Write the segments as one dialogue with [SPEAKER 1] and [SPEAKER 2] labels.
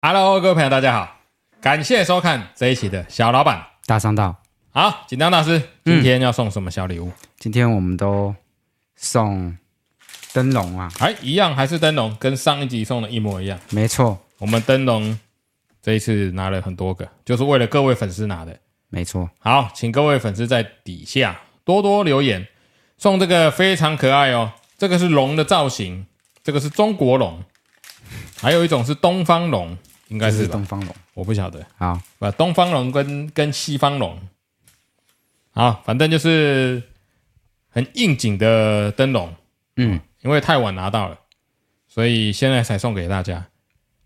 [SPEAKER 1] Hello，各位朋友，大家好，感谢收看这一期的小老板。
[SPEAKER 2] 大商道，
[SPEAKER 1] 好，紧张大师，
[SPEAKER 2] 嗯
[SPEAKER 1] 今天要送什么小礼物？
[SPEAKER 2] 今天我们都送灯笼啊，
[SPEAKER 1] 哎、一样还是灯笼，跟上一集送的一模一样。
[SPEAKER 2] 没错，
[SPEAKER 1] 我们灯笼这一次拿了很多个，就是为了各位粉丝拿的。
[SPEAKER 2] 没错，
[SPEAKER 1] 好，请各位粉丝在底下多多留言，送这个非常可爱哦。这个是龙的造型，这个是中国龙，还有一种是东方龙，应该
[SPEAKER 2] 这
[SPEAKER 1] 是
[SPEAKER 2] 是
[SPEAKER 1] 吧？
[SPEAKER 2] 东方龙。
[SPEAKER 1] 我不晓得，
[SPEAKER 2] 好，
[SPEAKER 1] 把东方龙跟跟西方龙，好，反正就是很应景的灯笼，
[SPEAKER 2] 嗯，
[SPEAKER 1] 因为太晚拿到了，所以现在才送给大家。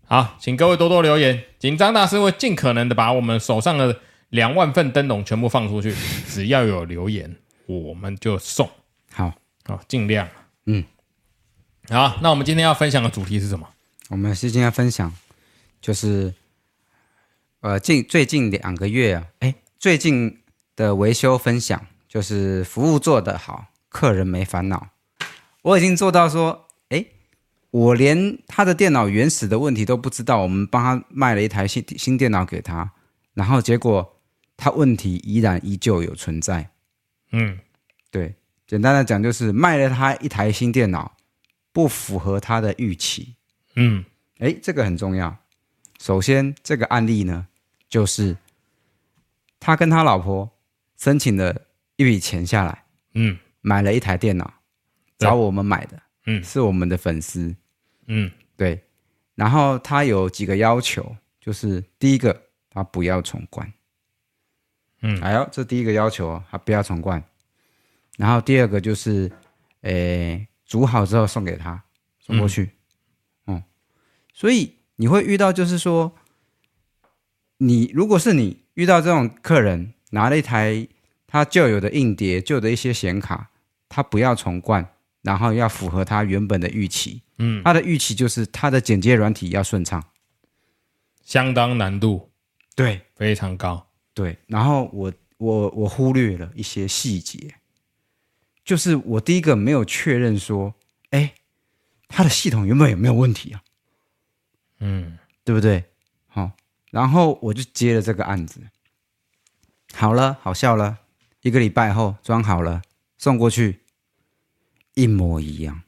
[SPEAKER 1] 好，请各位多多留言，紧张大师会尽可能的把我们手上的两万份灯笼全部放出去，只要有留言，我们就送，
[SPEAKER 2] 好，
[SPEAKER 1] 好，尽量。
[SPEAKER 2] 嗯，
[SPEAKER 1] 好，那我们今天要分享的主题是什么？
[SPEAKER 2] 我们是今天分享，就是呃近最近两个月啊，哎，最近的维修分享就是服务做得好，客人没烦恼。我已经做到说，哎，我连他的电脑原始的问题都不知道，我们帮他卖了一台新新电脑给他，然后结果他问题依然依旧有存在。
[SPEAKER 1] 嗯，
[SPEAKER 2] 对，简单的讲就是卖了他一台新电脑，不符合他的预期。
[SPEAKER 1] 嗯，
[SPEAKER 2] 哎，这个很重要。首先，这个案例呢，就是他跟他老婆申请了一笔钱下来，
[SPEAKER 1] 嗯，
[SPEAKER 2] 买了一台电脑，
[SPEAKER 1] 对
[SPEAKER 2] 找我们买的，
[SPEAKER 1] 嗯
[SPEAKER 2] 是我们的粉丝，
[SPEAKER 1] 嗯，
[SPEAKER 2] 对。然后他有几个要求，就是第一个，他不要重灌，
[SPEAKER 1] 嗯
[SPEAKER 2] 哎呦，这第一个要求哦，他不要重灌。然后第二个就是，诶，煮好之后送给他，送过去，嗯，所以你会遇到就是说，你如果是你遇到这种客人拿了一台他旧有的硬碟、旧的一些显卡，他不要重灌，然后要符合他原本的预期。
[SPEAKER 1] 嗯，
[SPEAKER 2] 他的预期就是他的剪接软体要顺畅。
[SPEAKER 1] 相当难度
[SPEAKER 2] 对
[SPEAKER 1] 非常高。
[SPEAKER 2] 对，然后我我我忽略了一些细节，就是我第一个没有确认说，哎，他的系统原本有没有问题啊？
[SPEAKER 1] 嗯。
[SPEAKER 2] 对不对？好、然后我就接了这个案子。好了，好笑了，一个礼拜后装好了，送过去，一模一样，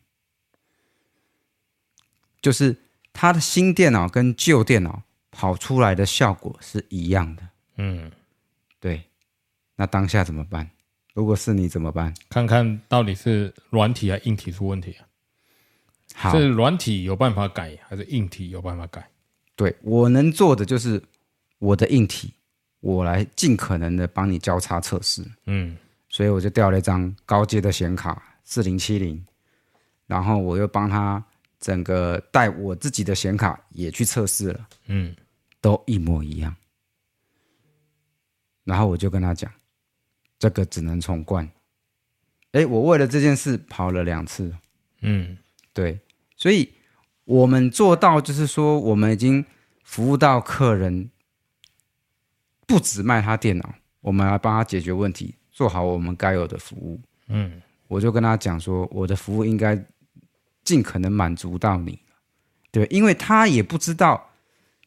[SPEAKER 2] 就是他的新电脑跟旧电脑跑出来的效果是一样的。
[SPEAKER 1] 嗯，
[SPEAKER 2] 对，那当下怎么办？如果是你怎么办？
[SPEAKER 1] 看看到底是软体还是硬体出问题、啊，
[SPEAKER 2] 好，
[SPEAKER 1] 是软体有办法改，还是硬体有办法改？
[SPEAKER 2] 对我能做的就是我的硬体，我来尽可能的帮你交叉测试。
[SPEAKER 1] 嗯
[SPEAKER 2] 所以我就调了一张高阶的显卡四零七零，然后我又帮他整个带我自己的显卡也去测试了，
[SPEAKER 1] 嗯
[SPEAKER 2] 都一模一样。然后我就跟他讲，这个只能重灌。哎，我为了这件事跑了两次，
[SPEAKER 1] 嗯
[SPEAKER 2] 对，所以我们做到就是说，我们已经服务到客人，不止卖他电脑，我们来帮他解决问题，做好我们该有的服务。
[SPEAKER 1] 嗯
[SPEAKER 2] 我就跟他讲说，我的服务应该尽可能满足到你，对，因为他也不知道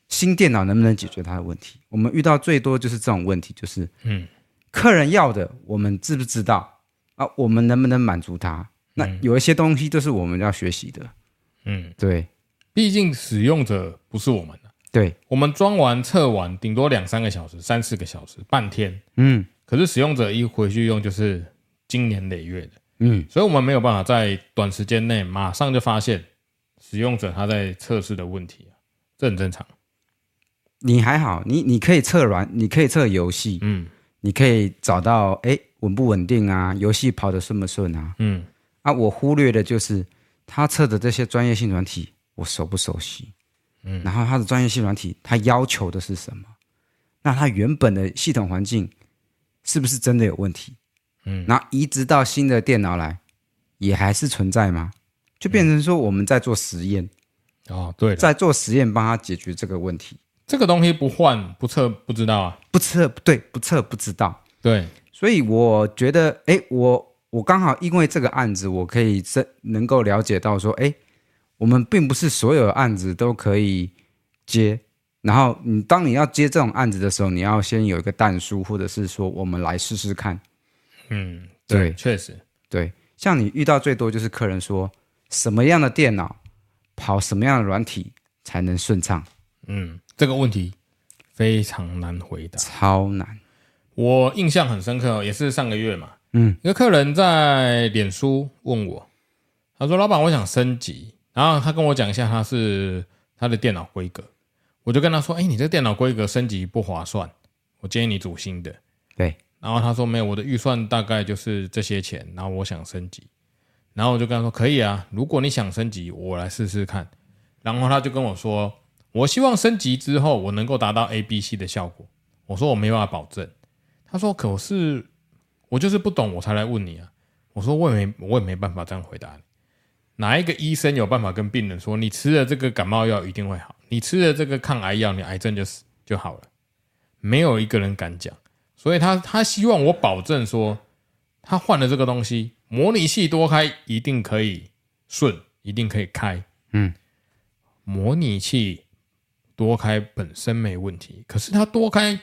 [SPEAKER 2] 新电脑能不能解决他的问题。我们遇到最多就是这种问题，就是
[SPEAKER 1] 嗯
[SPEAKER 2] 客人要的，我们知不知道啊？我们能不能满足他？那有一些东西都是我们要学习的，
[SPEAKER 1] 嗯，
[SPEAKER 2] 对
[SPEAKER 1] 毕竟使用者不是我们啊
[SPEAKER 2] 对，
[SPEAKER 1] 我们装完测完，顶多两三个小时、三四个小时、半天。
[SPEAKER 2] 嗯
[SPEAKER 1] 可是使用者一回去用就是经年累月的，
[SPEAKER 2] 嗯，
[SPEAKER 1] 所以我们没有办法在短时间内马上就发现使用者他在测试的问题啊、这很正常。
[SPEAKER 2] 你还好，你你可以测软，你可以测游戏，
[SPEAKER 1] 嗯
[SPEAKER 2] 你可以找到哎稳不稳定啊，游戏跑得顺不顺啊？
[SPEAKER 1] 嗯
[SPEAKER 2] 啊，我忽略的就是他测的这些专业性软体，我熟不熟悉？嗯，然后他的专业性软体，他要求的是什么？那他原本的系统环境是不是真的有问题？
[SPEAKER 1] 嗯，
[SPEAKER 2] 那移植到新的电脑来，也还是存在吗？就变成说我们在做实验，
[SPEAKER 1] 哦，对了，
[SPEAKER 2] 在做实验帮他解决这个问题。
[SPEAKER 1] 这个东西不换不测不知道啊。
[SPEAKER 2] 不测对，不测不知道。
[SPEAKER 1] 对，
[SPEAKER 2] 所以我觉得，哎，我我刚好因为这个案子，我可以这能够了解到说，哎，我们并不是所有案子都可以接，然后你当你要接这种案子的时候，你要先有一个弹书，或者是说我们来试试看。
[SPEAKER 1] 嗯，
[SPEAKER 2] 对
[SPEAKER 1] 确实，
[SPEAKER 2] 对，像你遇到最多就是客人说什么样的电脑跑什么样的软体才能顺畅，
[SPEAKER 1] 嗯，这个问题非常难回答。
[SPEAKER 2] 超难。
[SPEAKER 1] 我印象很深刻，也是上个月嘛，嗯，一个客人在脸书问我，他说：“老板，我想升级。”然后他跟我讲一下他是他的电脑规格，我就跟他说：“哎，你这电脑规格升级不划算，我建议你组新的。”
[SPEAKER 2] 对，
[SPEAKER 1] 然后他说没有，我的预算大概就是这些钱，然后我想升级，然后我就跟他说可以啊，如果你想升级，我来试试看。然后他就跟我说，我希望升级之后我能够达到 A、B、C 的效果。我说我没办法保证。他说可是我就是不懂，我才来问你啊。我说我也没我也没办法这样回答你。哪一个医生有办法跟病人说，你吃了这个感冒药一定会好，你吃了这个抗癌药，你癌症就死就好了？没有一个人敢讲。所以他他希望我保证说，他换了这个东西，模拟器多开一定可以顺，一定可以开。
[SPEAKER 2] 嗯，
[SPEAKER 1] 模拟器多开本身没问题，可是它多开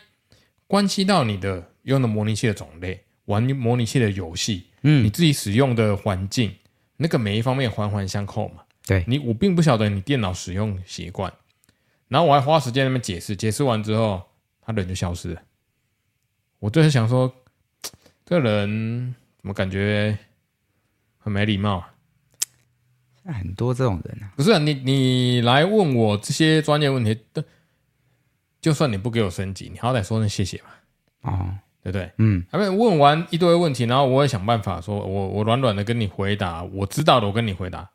[SPEAKER 1] 关系到你的用的模拟器的种类，玩模拟器的游戏，
[SPEAKER 2] 嗯
[SPEAKER 1] 你自己使用的环境，那个每一方面环环相扣嘛。
[SPEAKER 2] 对
[SPEAKER 1] 你，我并不晓得你电脑使用习惯，然后我还花时间在那边解释，解释完之后，他人就消失了。我就是想说，这个人怎么感觉很没礼貌、啊？
[SPEAKER 2] 很多这种人啊，
[SPEAKER 1] 不是、啊、你，你来问我这些专业问题，但就算你不给我升级，你好歹说声谢谢嘛，
[SPEAKER 2] 哦，
[SPEAKER 1] 对不对？
[SPEAKER 2] 嗯，
[SPEAKER 1] 他们问完一堆问题，然后我也想办法说，我我软软的跟你回答，我知道的我跟你回答，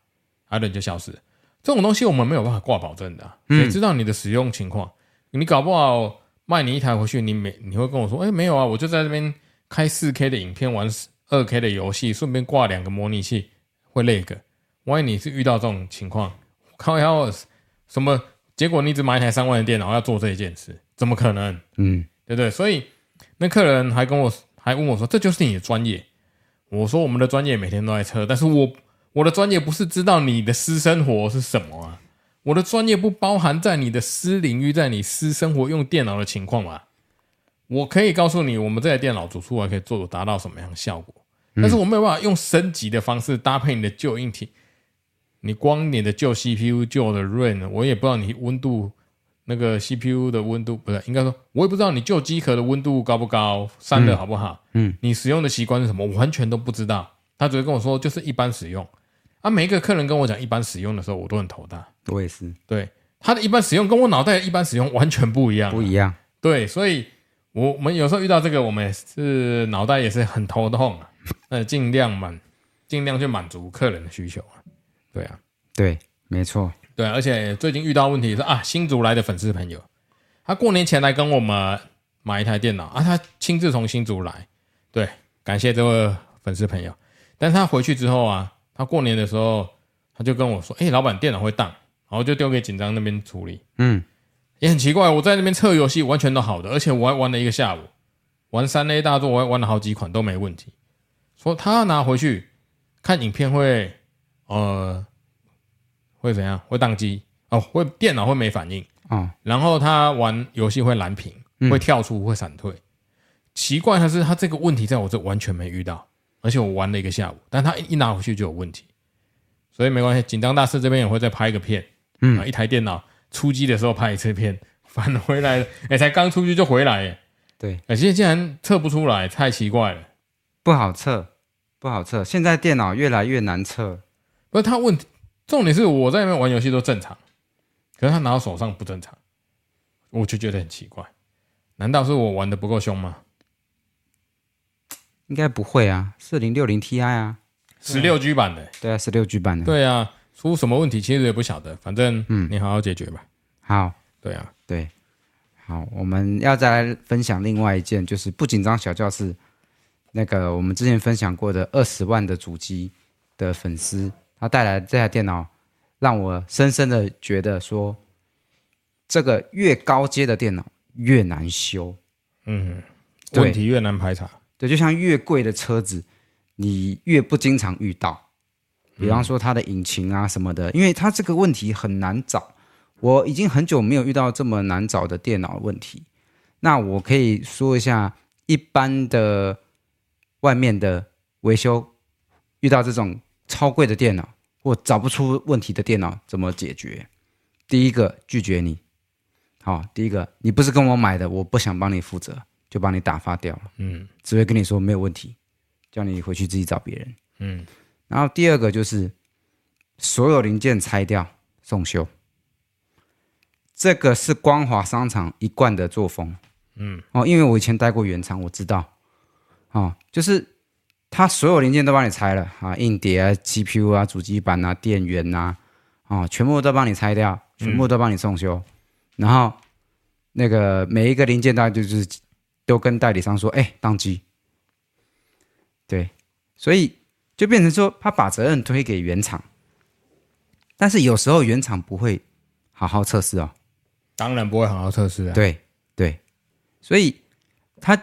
[SPEAKER 1] 啊，人就消失了。这种东西我们没有办法挂保证的、啊，谁知道你的使用情况？你搞不好卖你一台回去，你每你会跟我说，哎，没有啊，我就在这边开四 K 的影片，玩二 K 的游戏，顺便挂两个模拟器，会累个。万一你是遇到这种情况，靠要什么？结果你只买一台三万的电脑要做这一件事，怎么可能？
[SPEAKER 2] 嗯，
[SPEAKER 1] 对不对？所以那客人还跟我还问我说：“这就是你的专业？”我说：“我们的专业每天都在测，但是我我的专业不是知道你的私生活是什么啊，我的专业不包含在你的私领域，在你私生活用电脑的情况嘛。我可以告诉你，我们这台电脑组出来可以做达到什么样的效果，但是我没有办法用升级的方式搭配你的旧硬体。你光你的旧 CPU、旧的 RAM，我也不知道你温度那个 CPU 的温度不是，应该说，我也不知道你旧机壳的温度高不高，散热好不好，
[SPEAKER 2] 嗯，
[SPEAKER 1] 你使用的习惯是什么，我完全都不知道。他只会跟我说就是一般使用，啊，每一个客人跟我讲一般使用的时候，我都很头大。
[SPEAKER 2] 我也是
[SPEAKER 1] 对他的一般使用跟我脑袋的一般使用完全不一样啊、
[SPEAKER 2] 不一样。
[SPEAKER 1] 对，所以我我们有时候遇到这个，我们也是脑袋也是很头痛啊。呃，尽量满，尽量去满足客人的需求啊。对啊，
[SPEAKER 2] 对，没错，
[SPEAKER 1] 对，而且最近遇到问题是啊，新竹来的粉丝朋友，他过年前来跟我们买一台电脑啊，他亲自从新竹来，对，感谢这位粉丝朋友。但是他回去之后啊，他过年的时候他就跟我说，哎、老板电脑会当，然后就丢给紧张那边处理。
[SPEAKER 2] 嗯，
[SPEAKER 1] 也很奇怪，我在那边测游戏完全都好的，而且我还玩了一个下午，玩三 A 大作，我还玩了好几款都没问题。说他拿回去看影片会，呃，会怎样？会宕机哦，会电脑会没反应，
[SPEAKER 2] 哦，
[SPEAKER 1] 然后他玩游戏会蓝屏，
[SPEAKER 2] 嗯
[SPEAKER 1] 会跳出，会闪退。奇怪的是，他这个问题在我这完全没遇到，而且我玩了一个下午，但他一拿回去就有问题，所以没关系。紧张大师这边也会再拍一个片，
[SPEAKER 2] 嗯
[SPEAKER 1] 啊，一台电脑出机的时候拍一次片，返回来了，哎、才刚出去就回来，哎，
[SPEAKER 2] 对，
[SPEAKER 1] 哎、现在竟然测不出来，太奇怪了。
[SPEAKER 2] 不好测，不好测。现在电脑越来越难测，
[SPEAKER 1] 不是他问题，重点是我在那边玩游戏都正常，可是他拿到手上不正常，我就觉得很奇怪。难道是我玩的不够凶吗？
[SPEAKER 2] 应该不会啊，四零六零 Ti 啊，
[SPEAKER 1] 十六 G 版的、
[SPEAKER 2] 对啊，十六 G 版的。
[SPEAKER 1] 对啊，出什么问题其实也不晓得，反正
[SPEAKER 2] 嗯
[SPEAKER 1] 你好好解决吧。
[SPEAKER 2] 好，
[SPEAKER 1] 对啊，
[SPEAKER 2] 对，好，我们要再来分享另外一件，就是不紧张小教室那个我们之前分享过的二十万的主机的粉丝，他带来这台电脑，让我深深的觉得说，这个越高阶的电脑越难修。
[SPEAKER 1] 嗯，
[SPEAKER 2] 对
[SPEAKER 1] 问题越难排查，
[SPEAKER 2] 对，就像越贵的车子，你越不经常遇到。比方说它的引擎啊什么的，因为它这个问题很难找。我已经很久没有遇到这么难找的电脑问题。那我可以说一下，一般的外面的维修遇到这种超贵的电脑或找不出问题的电脑怎么解决？第一个拒绝你，好、第一个你不是跟我买的，我不想帮你负责，就把你打发掉了。
[SPEAKER 1] 嗯
[SPEAKER 2] 只会跟你说没有问题，叫你回去自己找别人。
[SPEAKER 1] 嗯，
[SPEAKER 2] 然后第二个就是所有零件拆掉送修，这个是光华商场一贯的作风。嗯，哦，因为我以前待过原厂，我知道。哦，就是他所有零件都帮你拆了啊，硬碟啊、GPU 啊、主机板啊、电源啊，哦，全部都帮你拆掉，全部都帮你送修。然后那个每一个零件，大概就是都跟代理商说，哎、宕机。对，所以就变成说他把责任推给原厂，但是有时候原厂不会好好测试哦。
[SPEAKER 1] 当然不会好好测试啊。
[SPEAKER 2] 对对，所以他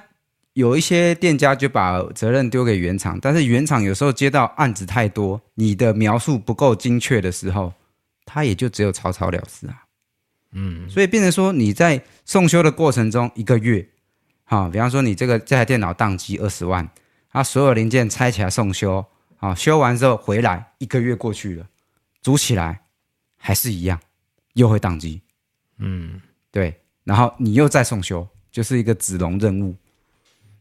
[SPEAKER 2] 有一些店家就把责任丢给原厂，但是原厂有时候接到案子太多，你的描述不够精确的时候，他也就只有草草了事啊。嗯，所以变成说你在送修的过程中，一个月，好、比方说你这个这台电脑宕机二十万，它所有零件拆起来送修，好、修完之后回来，一个月过去了，组起来还是一样，又会宕机。对，然后你又再送修，就是一个子龙任务。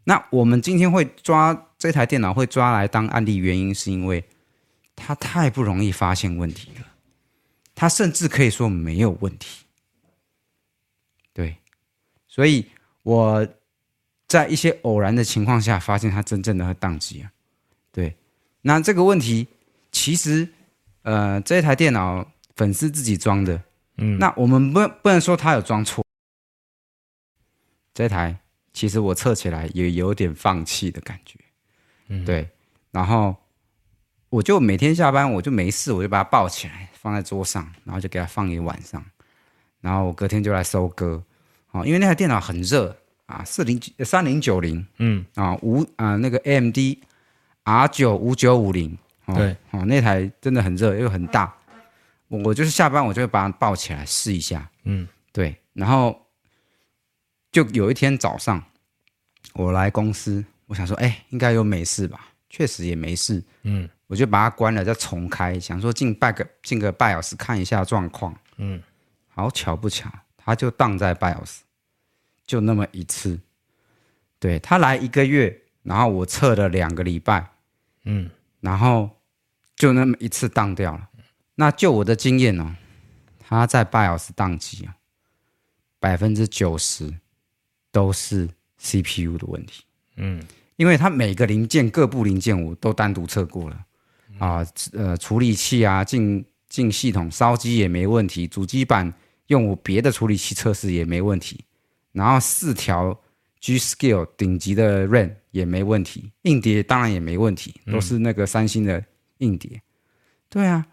[SPEAKER 2] 那我们今天会抓这台电脑会抓来当案例，原因是因为它太不容易发现问题了，它甚至可以说没有问题。对，所以我在一些偶然的情况下发现它真正的会宕机啊。对，那这个问题其实呃，这台电脑粉丝自己装的，
[SPEAKER 1] 嗯，
[SPEAKER 2] 那我们不不能说他有装错。这台其实我测起来也有点放弃的感觉，
[SPEAKER 1] 嗯
[SPEAKER 2] 对。然后我就每天下班我就没事，我就把它抱起来放在桌上，然后就给它放一晚上，然后我隔天就来收割。哦，因为那台电脑很热啊，四零三零九零
[SPEAKER 1] 嗯
[SPEAKER 2] 啊五啊那个 AMD R 九五九五零哦
[SPEAKER 1] 对
[SPEAKER 2] 哦，那台真的很热又很大，我我就是下班我就会把它抱起来试一下，
[SPEAKER 1] 嗯
[SPEAKER 2] 对，然后就有一天早上我来公司，我想说，哎、应该有没事吧？确实也没事，
[SPEAKER 1] 嗯
[SPEAKER 2] 我就把它关了，再重开，想说进半个进个半小时看一下状况。
[SPEAKER 1] 嗯，
[SPEAKER 2] 好巧不巧，它就荡在半小时，就那么一次。对，它来一个月，然后我测了两个礼拜，
[SPEAKER 1] 嗯
[SPEAKER 2] 然后就那么一次当掉了。那就我的经验哦，他在半小时宕机啊，百分之九十都是 CPU 的问题。
[SPEAKER 1] 嗯，
[SPEAKER 2] 因为它每个零件各部零件我都单独测过了啊，呃，处理器啊，进进系统烧机也没问题，主机板用我别的处理器测试也没问题，然后四条 G Skill 顶级的 RAM 也没问题，硬碟当然也没问题，都是那个三星的硬碟。对啊，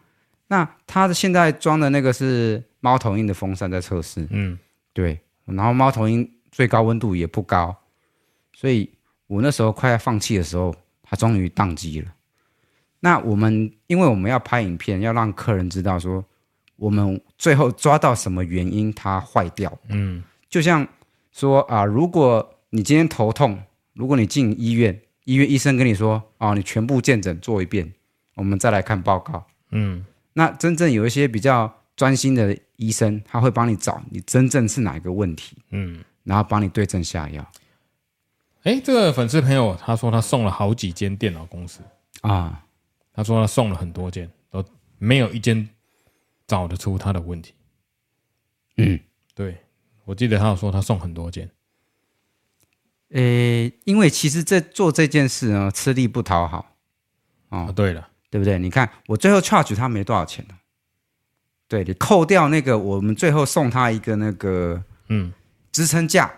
[SPEAKER 2] 那它的现在装的那个是猫头鹰的风扇在测试，
[SPEAKER 1] 嗯，
[SPEAKER 2] 对，然后猫头鹰最高温度也不高，所以我那时候快要放弃的时候，它终于宕机了。那我们因为我们要拍影片，要让客人知道说我们最后抓到什么原因它坏掉。嗯，就像说啊，如果你今天头痛，如果你进医院，医院医生跟你说啊，你全部见诊做一遍，我们再来看报告。
[SPEAKER 1] 嗯，
[SPEAKER 2] 那真正有一些比较专心的医生，他会帮你找你真正是哪一个问题，
[SPEAKER 1] 嗯，
[SPEAKER 2] 然后帮你对症下药
[SPEAKER 1] 哎，这个粉丝朋友他说他送了好几间电脑公司，
[SPEAKER 2] 啊。
[SPEAKER 1] 他说他送了很多间，都没有一间找得出他的问题。
[SPEAKER 2] 嗯，
[SPEAKER 1] 对，我记得他有说他送很多间。
[SPEAKER 2] 诶，呃因为其实这做这件事呢，吃力不讨好，哦
[SPEAKER 1] 啊，对了，
[SPEAKER 2] 对不对？你看我最后 charge 他没多少钱呢啊对你扣掉那个，我们最后送他一个那个
[SPEAKER 1] 嗯
[SPEAKER 2] 支撑架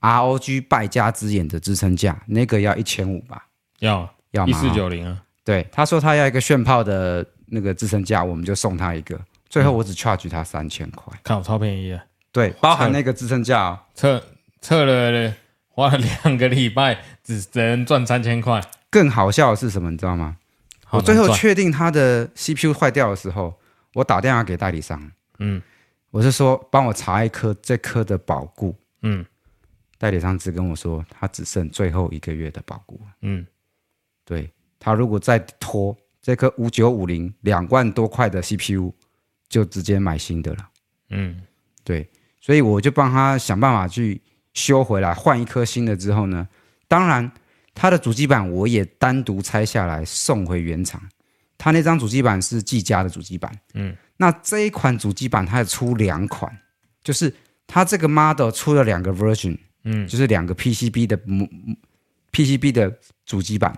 [SPEAKER 2] ，ROG 败家之眼的支撑架，那个要一千五吧？
[SPEAKER 1] 要
[SPEAKER 2] 要
[SPEAKER 1] 一
[SPEAKER 2] 吗？
[SPEAKER 1] 四九零啊，
[SPEAKER 2] 对，他说他要一个炫炮的那个支撑架，我们就送他一个。最后我只 charge 他三千块，
[SPEAKER 1] 看我超便宜啊，
[SPEAKER 2] 对，包含那个支撑架、哦。
[SPEAKER 1] 测测了花了两个礼拜，只只能赚三千块。
[SPEAKER 2] 更好笑的是什么，你知道吗？
[SPEAKER 1] 好
[SPEAKER 2] 我
[SPEAKER 1] 难
[SPEAKER 2] 最后
[SPEAKER 1] 赚
[SPEAKER 2] 确定他的 CPU 坏掉的时候，我打电话给代理商，
[SPEAKER 1] 嗯，
[SPEAKER 2] 我是说帮我查一颗这颗的保固。
[SPEAKER 1] 嗯
[SPEAKER 2] 代理商只跟我说他只剩最后一个月的保固了。
[SPEAKER 1] 嗯，
[SPEAKER 2] 对他如果再拖这颗五九五零两万多块的 CPU，就直接买新的了。
[SPEAKER 1] 嗯，
[SPEAKER 2] 对，所以我就帮他想办法去修回来，换一颗新的之后呢，当然他的主机板我也单独拆下来送回原厂。他那张主机板是技嘉的主机板，
[SPEAKER 1] 嗯，
[SPEAKER 2] 那这一款主机板它也出两款，就是它这个 model 出了两个 version，
[SPEAKER 1] 嗯
[SPEAKER 2] 就是两个 PCB 的模 PCB 的主机板，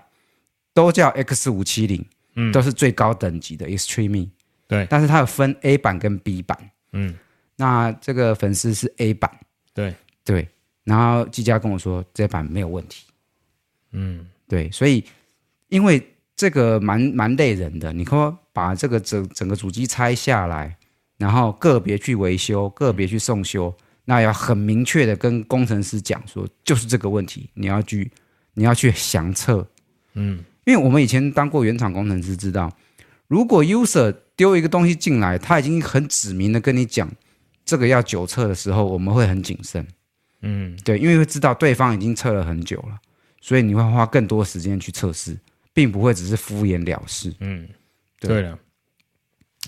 [SPEAKER 2] 都叫 X 五七零，
[SPEAKER 1] 嗯
[SPEAKER 2] 都是最高等级的 Extreme，E
[SPEAKER 1] 对
[SPEAKER 2] 但是它有分 A 版跟 B 版，
[SPEAKER 1] 嗯，
[SPEAKER 2] 那这个粉丝是 A 版，
[SPEAKER 1] 对，
[SPEAKER 2] 对，然后技嘉跟我说这版没有问题，
[SPEAKER 1] 嗯，
[SPEAKER 2] 对，所以因为这个蛮蛮累人的，你说把这个整整个主机拆下来，然后个别去维修，个别去送修，那要很明确的跟工程师讲说，就是这个问题，你要去你要去详测，
[SPEAKER 1] 嗯，
[SPEAKER 2] 因为我们以前当过原厂工程师，知道如果 user 丢一个东西进来，他已经很指明的跟你讲这个要九测的时候，我们会很谨慎。
[SPEAKER 1] 嗯，
[SPEAKER 2] 对，因为会知道对方已经测了很久了，所以你会花更多时间去测试，并不会只是敷衍了事。
[SPEAKER 1] 嗯，
[SPEAKER 2] 对
[SPEAKER 1] 对了。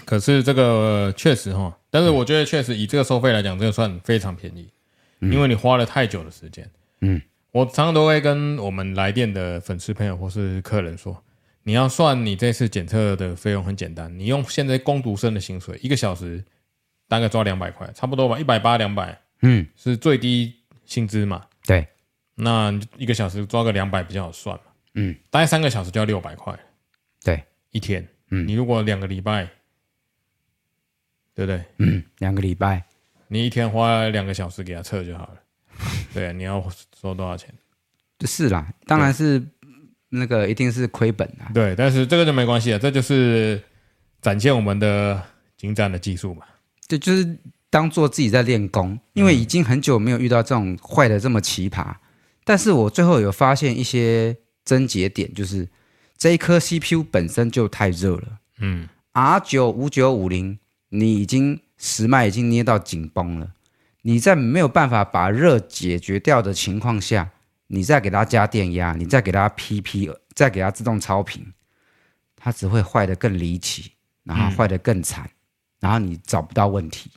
[SPEAKER 1] 可是这个呃确实哈，但
[SPEAKER 2] 嗯
[SPEAKER 1] 是我觉得确实以这个收费来讲，这个算非常便宜，因为你花了太久的时间。
[SPEAKER 2] 嗯，
[SPEAKER 1] 我常常都会跟我们来电的粉丝朋友或是客人说，你要算你这次检测的费用很简单，你用现在工读生的薪水，一个小时大概抓两百块，差不多吧，一百八两百
[SPEAKER 2] 嗯，
[SPEAKER 1] 是最低薪资嘛。
[SPEAKER 2] 对，
[SPEAKER 1] 那你就一个小时抓个两百比较好算嘛。
[SPEAKER 2] 嗯，
[SPEAKER 1] 大概三个小时就要六百块
[SPEAKER 2] 对，
[SPEAKER 1] 一天。
[SPEAKER 2] 嗯
[SPEAKER 1] 你如果两个礼拜，对不对？
[SPEAKER 2] 嗯，两个礼拜，
[SPEAKER 1] 你一天花两个小时给他测就好 了。对，你要收多少钱？
[SPEAKER 2] 是啦，当然是那个一定是亏本啦。
[SPEAKER 1] 对，但是这个就没关系了，这就是展现我们的精湛的技术嘛。
[SPEAKER 2] 对，就是当做自己在练功，因为已经很久没有遇到这种坏的这么奇葩。但是我最后有发现一些症结点，就是这一颗 CPU 本身就太热了。
[SPEAKER 1] 嗯
[SPEAKER 2] R 九五九五零，你已经时脉已经捏到紧绷了，你在没有办法把热解决掉的情况下，你再给它加电压，你再给它 PP，再给它自动超频，它只会坏得更离奇，然后坏得更惨，然后你找不到问题。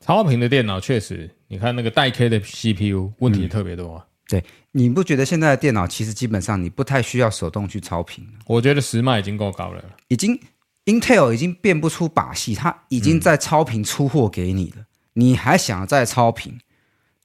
[SPEAKER 1] 超频的电脑确实，你看那个带 K 的 CPU 问
[SPEAKER 2] 嗯
[SPEAKER 1] 题特别多、啊。
[SPEAKER 2] 你不觉得现在的电脑其实基本上你不太需要手动去超频了，
[SPEAKER 1] 我觉得十迈已经够高了。
[SPEAKER 2] 已经 Intel 已经变不出把戏，它已经在超频出货给你了，你还想再超频，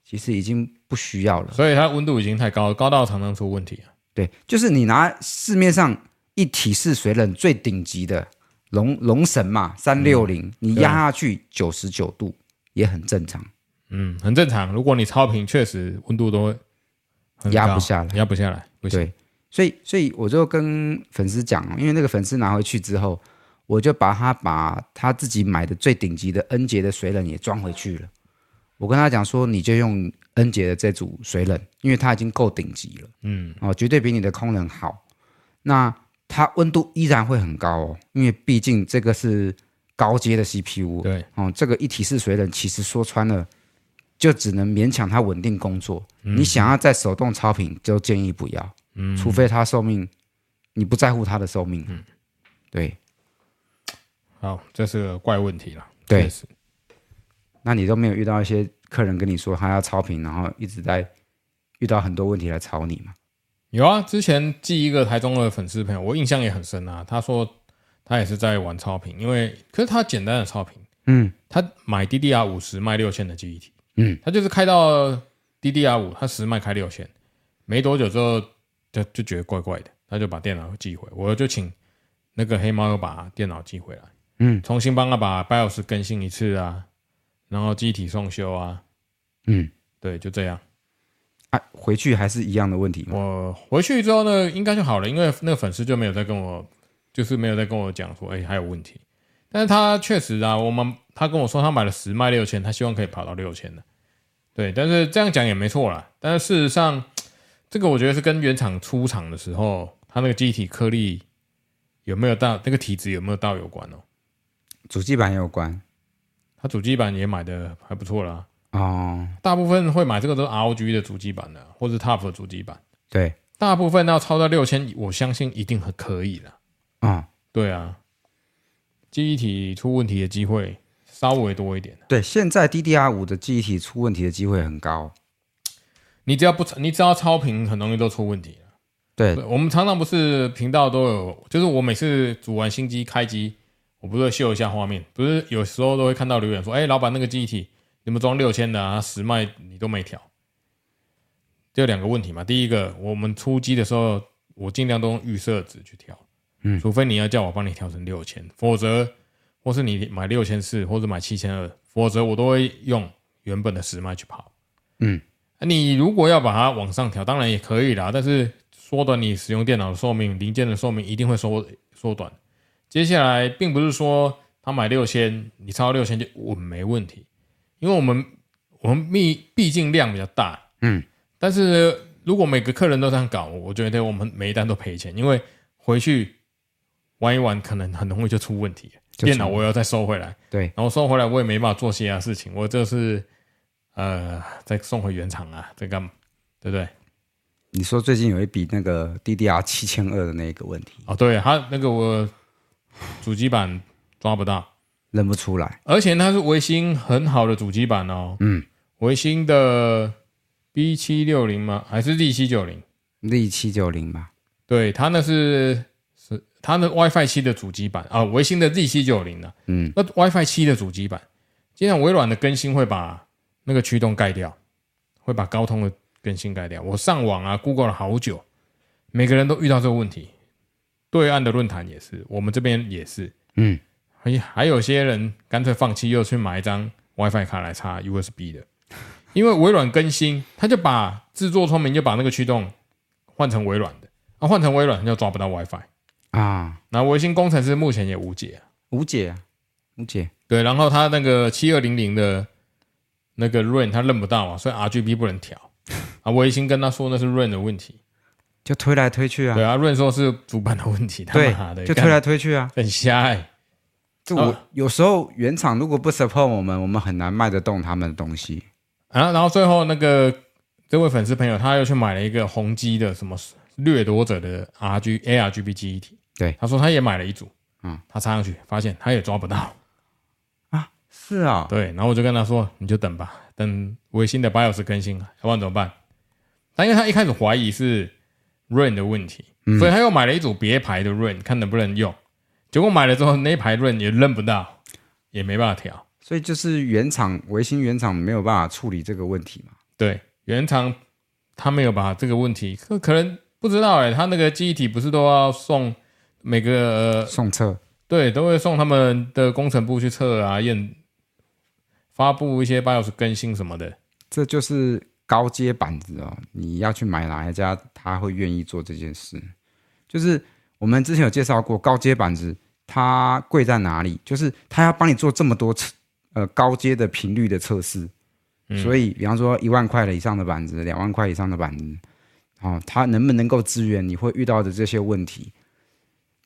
[SPEAKER 2] 其实已经不需要了。
[SPEAKER 1] 所以它温度已经太高，高到常常出问题啊。
[SPEAKER 2] 对，就是你拿市面上一体式水冷最顶级的龙龙神嘛，三六零，你压下去九十九度也很正常。
[SPEAKER 1] 嗯，很正常。如果你超频，确实温度都会很高
[SPEAKER 2] 压不下来
[SPEAKER 1] 压不下来，不行。
[SPEAKER 2] 对，所以所以我就跟粉丝讲，因为那个粉丝拿回去之后，我就把他把他自己买的最顶级的恩杰的水冷也装回去了。我跟他讲说，你就用恩杰的这组水冷，因为它已经够顶级了。
[SPEAKER 1] 嗯
[SPEAKER 2] 哦，绝对比你的空冷好。那它温度依然会很高哦，因为毕竟这个是高阶的 CPU。
[SPEAKER 1] 对，
[SPEAKER 2] 哦，这个一体式水冷其实说穿了，就只能勉强它稳定工作。你想要再手动超频，就建议不要，
[SPEAKER 1] 嗯
[SPEAKER 2] 除非它寿命你不在乎它的寿命。对
[SPEAKER 1] 好，这是个怪问题了。确
[SPEAKER 2] 对，
[SPEAKER 1] 实
[SPEAKER 2] 那你都没有遇到一些客人跟你说他要超频，然后一直在遇到很多问题来吵你嘛？
[SPEAKER 1] 有啊。之前记一个台中的粉丝朋友，我印象也很深啊。他说他也是在玩超频，因为可是他简单的超频，
[SPEAKER 2] 嗯
[SPEAKER 1] 他买 DDR 五十卖六千的记忆体，
[SPEAKER 2] 嗯，
[SPEAKER 1] 他就是开到 DDR 五，他十卖开六千，没多久之后就就觉得怪怪的，他就把电脑寄回，我就请那个黑猫又把电脑寄回来，
[SPEAKER 2] 嗯
[SPEAKER 1] 重新帮他把 BIOS 更新一次啊，然后机体送修啊，
[SPEAKER 2] 嗯，
[SPEAKER 1] 对，就这样。
[SPEAKER 2] 啊，回去还是一样的问题吗？
[SPEAKER 1] 我回去之后呢，应该就好了，因为那个粉丝就没有再跟我，就是没有再跟我讲说，哎、还有问题。但是他确实啊，我们他跟我说他买了十卖六千，他希望可以跑到六千的，对。但是这样讲也没错啦。但是事实上，这个我觉得是跟原厂出厂的时候，它那个机体颗粒有没有到，那个体质有没有到有关哦。
[SPEAKER 2] 主机板也有关，
[SPEAKER 1] 它主机板也买的还不错啦。
[SPEAKER 2] 哦，
[SPEAKER 1] 大部分会买这个都是 ROG 的主机板的，或是 TUF 的主机板，啊
[SPEAKER 2] 对，
[SPEAKER 1] 大部分要超到六千，我相信一定很可以的。
[SPEAKER 2] 哦，
[SPEAKER 1] 对啊，记忆体出问题的机会稍微多一点。
[SPEAKER 2] 对，现在 DDR 五的记忆体出问题的机会很高。
[SPEAKER 1] 你只要不超你只要超频，很容易都出问题了。
[SPEAKER 2] 对，
[SPEAKER 1] 我们常常不是频道都有，就是我每次煮完新机开机，我不是会秀一下画面，不是有时候都会看到留言说：“哎、老板，那个记忆体你们装六千的啊，十迈你都没调。”这有两个问题嘛。第一个，我们出机的时候，我尽量都用预设值去调，
[SPEAKER 2] 嗯
[SPEAKER 1] 除非你要叫我帮你调成六千，否则或是你买六千四或者买七千二，否则我都会用原本的十迈去跑。
[SPEAKER 2] 嗯，
[SPEAKER 1] 你如果要把它往上调，当然也可以啦，但是缩短你使用电脑的寿命，零件的寿命一定会缩缩短。接下来并不是说他买六千，你超六千就稳没问题，因为我们我们毕毕竟量比较大，
[SPEAKER 2] 嗯，
[SPEAKER 1] 但是如果每个客人都这样搞，我觉得我们每一单都赔钱，因为回去玩一玩，可能很容易就出问题了，
[SPEAKER 2] 就出
[SPEAKER 1] 电脑我要再收回来，
[SPEAKER 2] 对，
[SPEAKER 1] 然后收回来我也没办法做其他事情，我就是呃再送回原厂啊，再干嘛？对不对？
[SPEAKER 2] 你说最近有一笔那个 DDR 七千二的那个问题，
[SPEAKER 1] 哦，对，它那个我主机板抓不到，
[SPEAKER 2] 认不出来。
[SPEAKER 1] 而且它是维星很好的主机板哦，
[SPEAKER 2] 嗯，
[SPEAKER 1] 维星的 B 七六零吗？还是 D 七九零？
[SPEAKER 2] 力七九零吧，
[SPEAKER 1] 对，它那是是它的 WiFi 七的主机板啊，维星的 Z 七九零呢？啊
[SPEAKER 2] 嗯，
[SPEAKER 1] 那 WiFi 七的主机板，经常微软的更新会把那个驱动盖掉，会把高通的更新盖掉。我上网啊，Google 了好久，每个人都遇到这个问题，对岸的论坛也是，我们这边也是，
[SPEAKER 2] 嗯，
[SPEAKER 1] 还还有些人干脆放弃，又去买一张 WiFi 卡来插 USB 的，因为微软更新，他就把制作说明就把那个驱动换成微软的，啊，换成微软他就抓不到 WiFi。
[SPEAKER 2] 啊，
[SPEAKER 1] 那维星工程师目前也无解啊、
[SPEAKER 2] 无解啊，无解。
[SPEAKER 1] 对，然后它那个七二零零的那个 Rain 它认不到啊嘛，所以 RGB 不能调。啊，维星跟他说那是 Rain 的问题，
[SPEAKER 2] 就推来推去啊
[SPEAKER 1] 对，啊，Rain 说是主板的问题，他
[SPEAKER 2] 对
[SPEAKER 1] 妈的，
[SPEAKER 2] 就推
[SPEAKER 1] 干
[SPEAKER 2] 来推去啊。
[SPEAKER 1] 很瞎哎、
[SPEAKER 2] 这我、
[SPEAKER 1] 啊
[SPEAKER 2] 有时候原厂如果不 support 我们，我们很难卖得动他们的东西。
[SPEAKER 1] 啊，然后最后那个这位粉丝朋友，他又去买了一个宏基的什么掠夺者的 RG ARGB 记忆体，
[SPEAKER 2] 对，
[SPEAKER 1] 他说他也买了一组，
[SPEAKER 2] 嗯，
[SPEAKER 1] 他插上去发现他也抓不到，
[SPEAKER 2] 是啊、
[SPEAKER 1] 对，然后我就跟他说，你就等吧，等微星的 BIOS 更新，要不然怎么办？但因为他一开始怀疑是 Rain 的问题，所以他又买了一组别牌的 Rain，看能不能用。结果买了之后，那一排 Rain 也认不到，也没办法调。
[SPEAKER 2] 所以就是原厂维新原厂没有办法处理这个问题嘛。
[SPEAKER 1] 对，原厂他没有把这个问题，可可能不知道哎、他那个记忆体不是都要送每个、呃
[SPEAKER 2] 送测
[SPEAKER 1] 对，都会送他们的工程部去测啊验，发布一些 BIOS 更新什么的。
[SPEAKER 2] 这就是高阶板子哦，你要去买哪一家，他会愿意做这件事。就是我们之前有介绍过，高阶板子它贵在哪里？就是它要帮你做这么多测，呃高阶的频率的测试，
[SPEAKER 1] 嗯
[SPEAKER 2] 所以比方说一万块的以上的板子，两万块以上的板子，哦，它能不能够支援你会遇到的这些问题？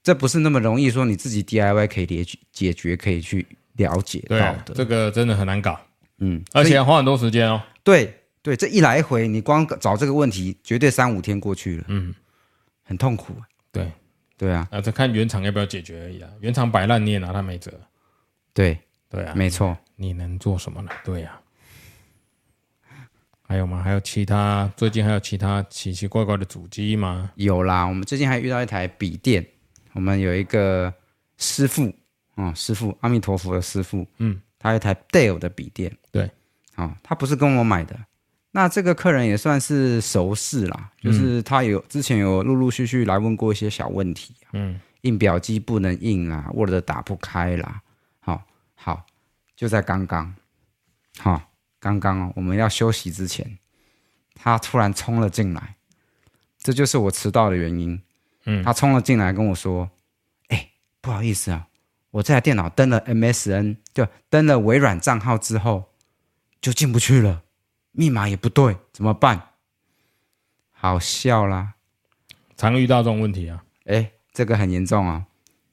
[SPEAKER 2] 这不是那么容易说你自己 DIY 可以解决解决，可以去了解到
[SPEAKER 1] 对啊，
[SPEAKER 2] 的。
[SPEAKER 1] 这个真的很难搞。
[SPEAKER 2] 嗯，
[SPEAKER 1] 而且花很多时间哦。
[SPEAKER 2] 对对，这一来回你光找这个问题，绝对三五天过去了，
[SPEAKER 1] 嗯，
[SPEAKER 2] 很痛苦。
[SPEAKER 1] 对，
[SPEAKER 2] 对啊，
[SPEAKER 1] 啊，这看原厂要不要解决而已啊。原厂摆烂你也拿他没辙。
[SPEAKER 2] 对，
[SPEAKER 1] 对啊，
[SPEAKER 2] 没错。
[SPEAKER 1] 你能做什么呢？对呀、还有吗？还有其他？最近还有其他奇奇怪怪的主机吗？
[SPEAKER 2] 有啦，我们最近还遇到一台笔电，我们有一个师傅，哦、师傅阿弥陀佛的师傅，
[SPEAKER 1] 嗯，
[SPEAKER 2] 他有一台 Dell 的笔电，
[SPEAKER 1] 对，
[SPEAKER 2] 哦，他不是跟我买的。那这个客人也算是熟识啦，
[SPEAKER 1] 嗯
[SPEAKER 2] 就是他有、之前有陆陆续续来问过一些小问题、啊，
[SPEAKER 1] 嗯，
[SPEAKER 2] 印表机不能印啦，Word 打不开啦，好、好，就在刚刚，好、刚刚哦，我们要休息之前，他突然冲了进来，这就是我迟到的原因。
[SPEAKER 1] 嗯
[SPEAKER 2] 他冲了进来跟我说：“哎，不好意思啊，我这台电脑登了 MSN，就登了微软账号之后就进不去了，密码也不对，怎么办？”好笑啦，
[SPEAKER 1] 常遇到这种问题啊。
[SPEAKER 2] 哎，这个很严重哦。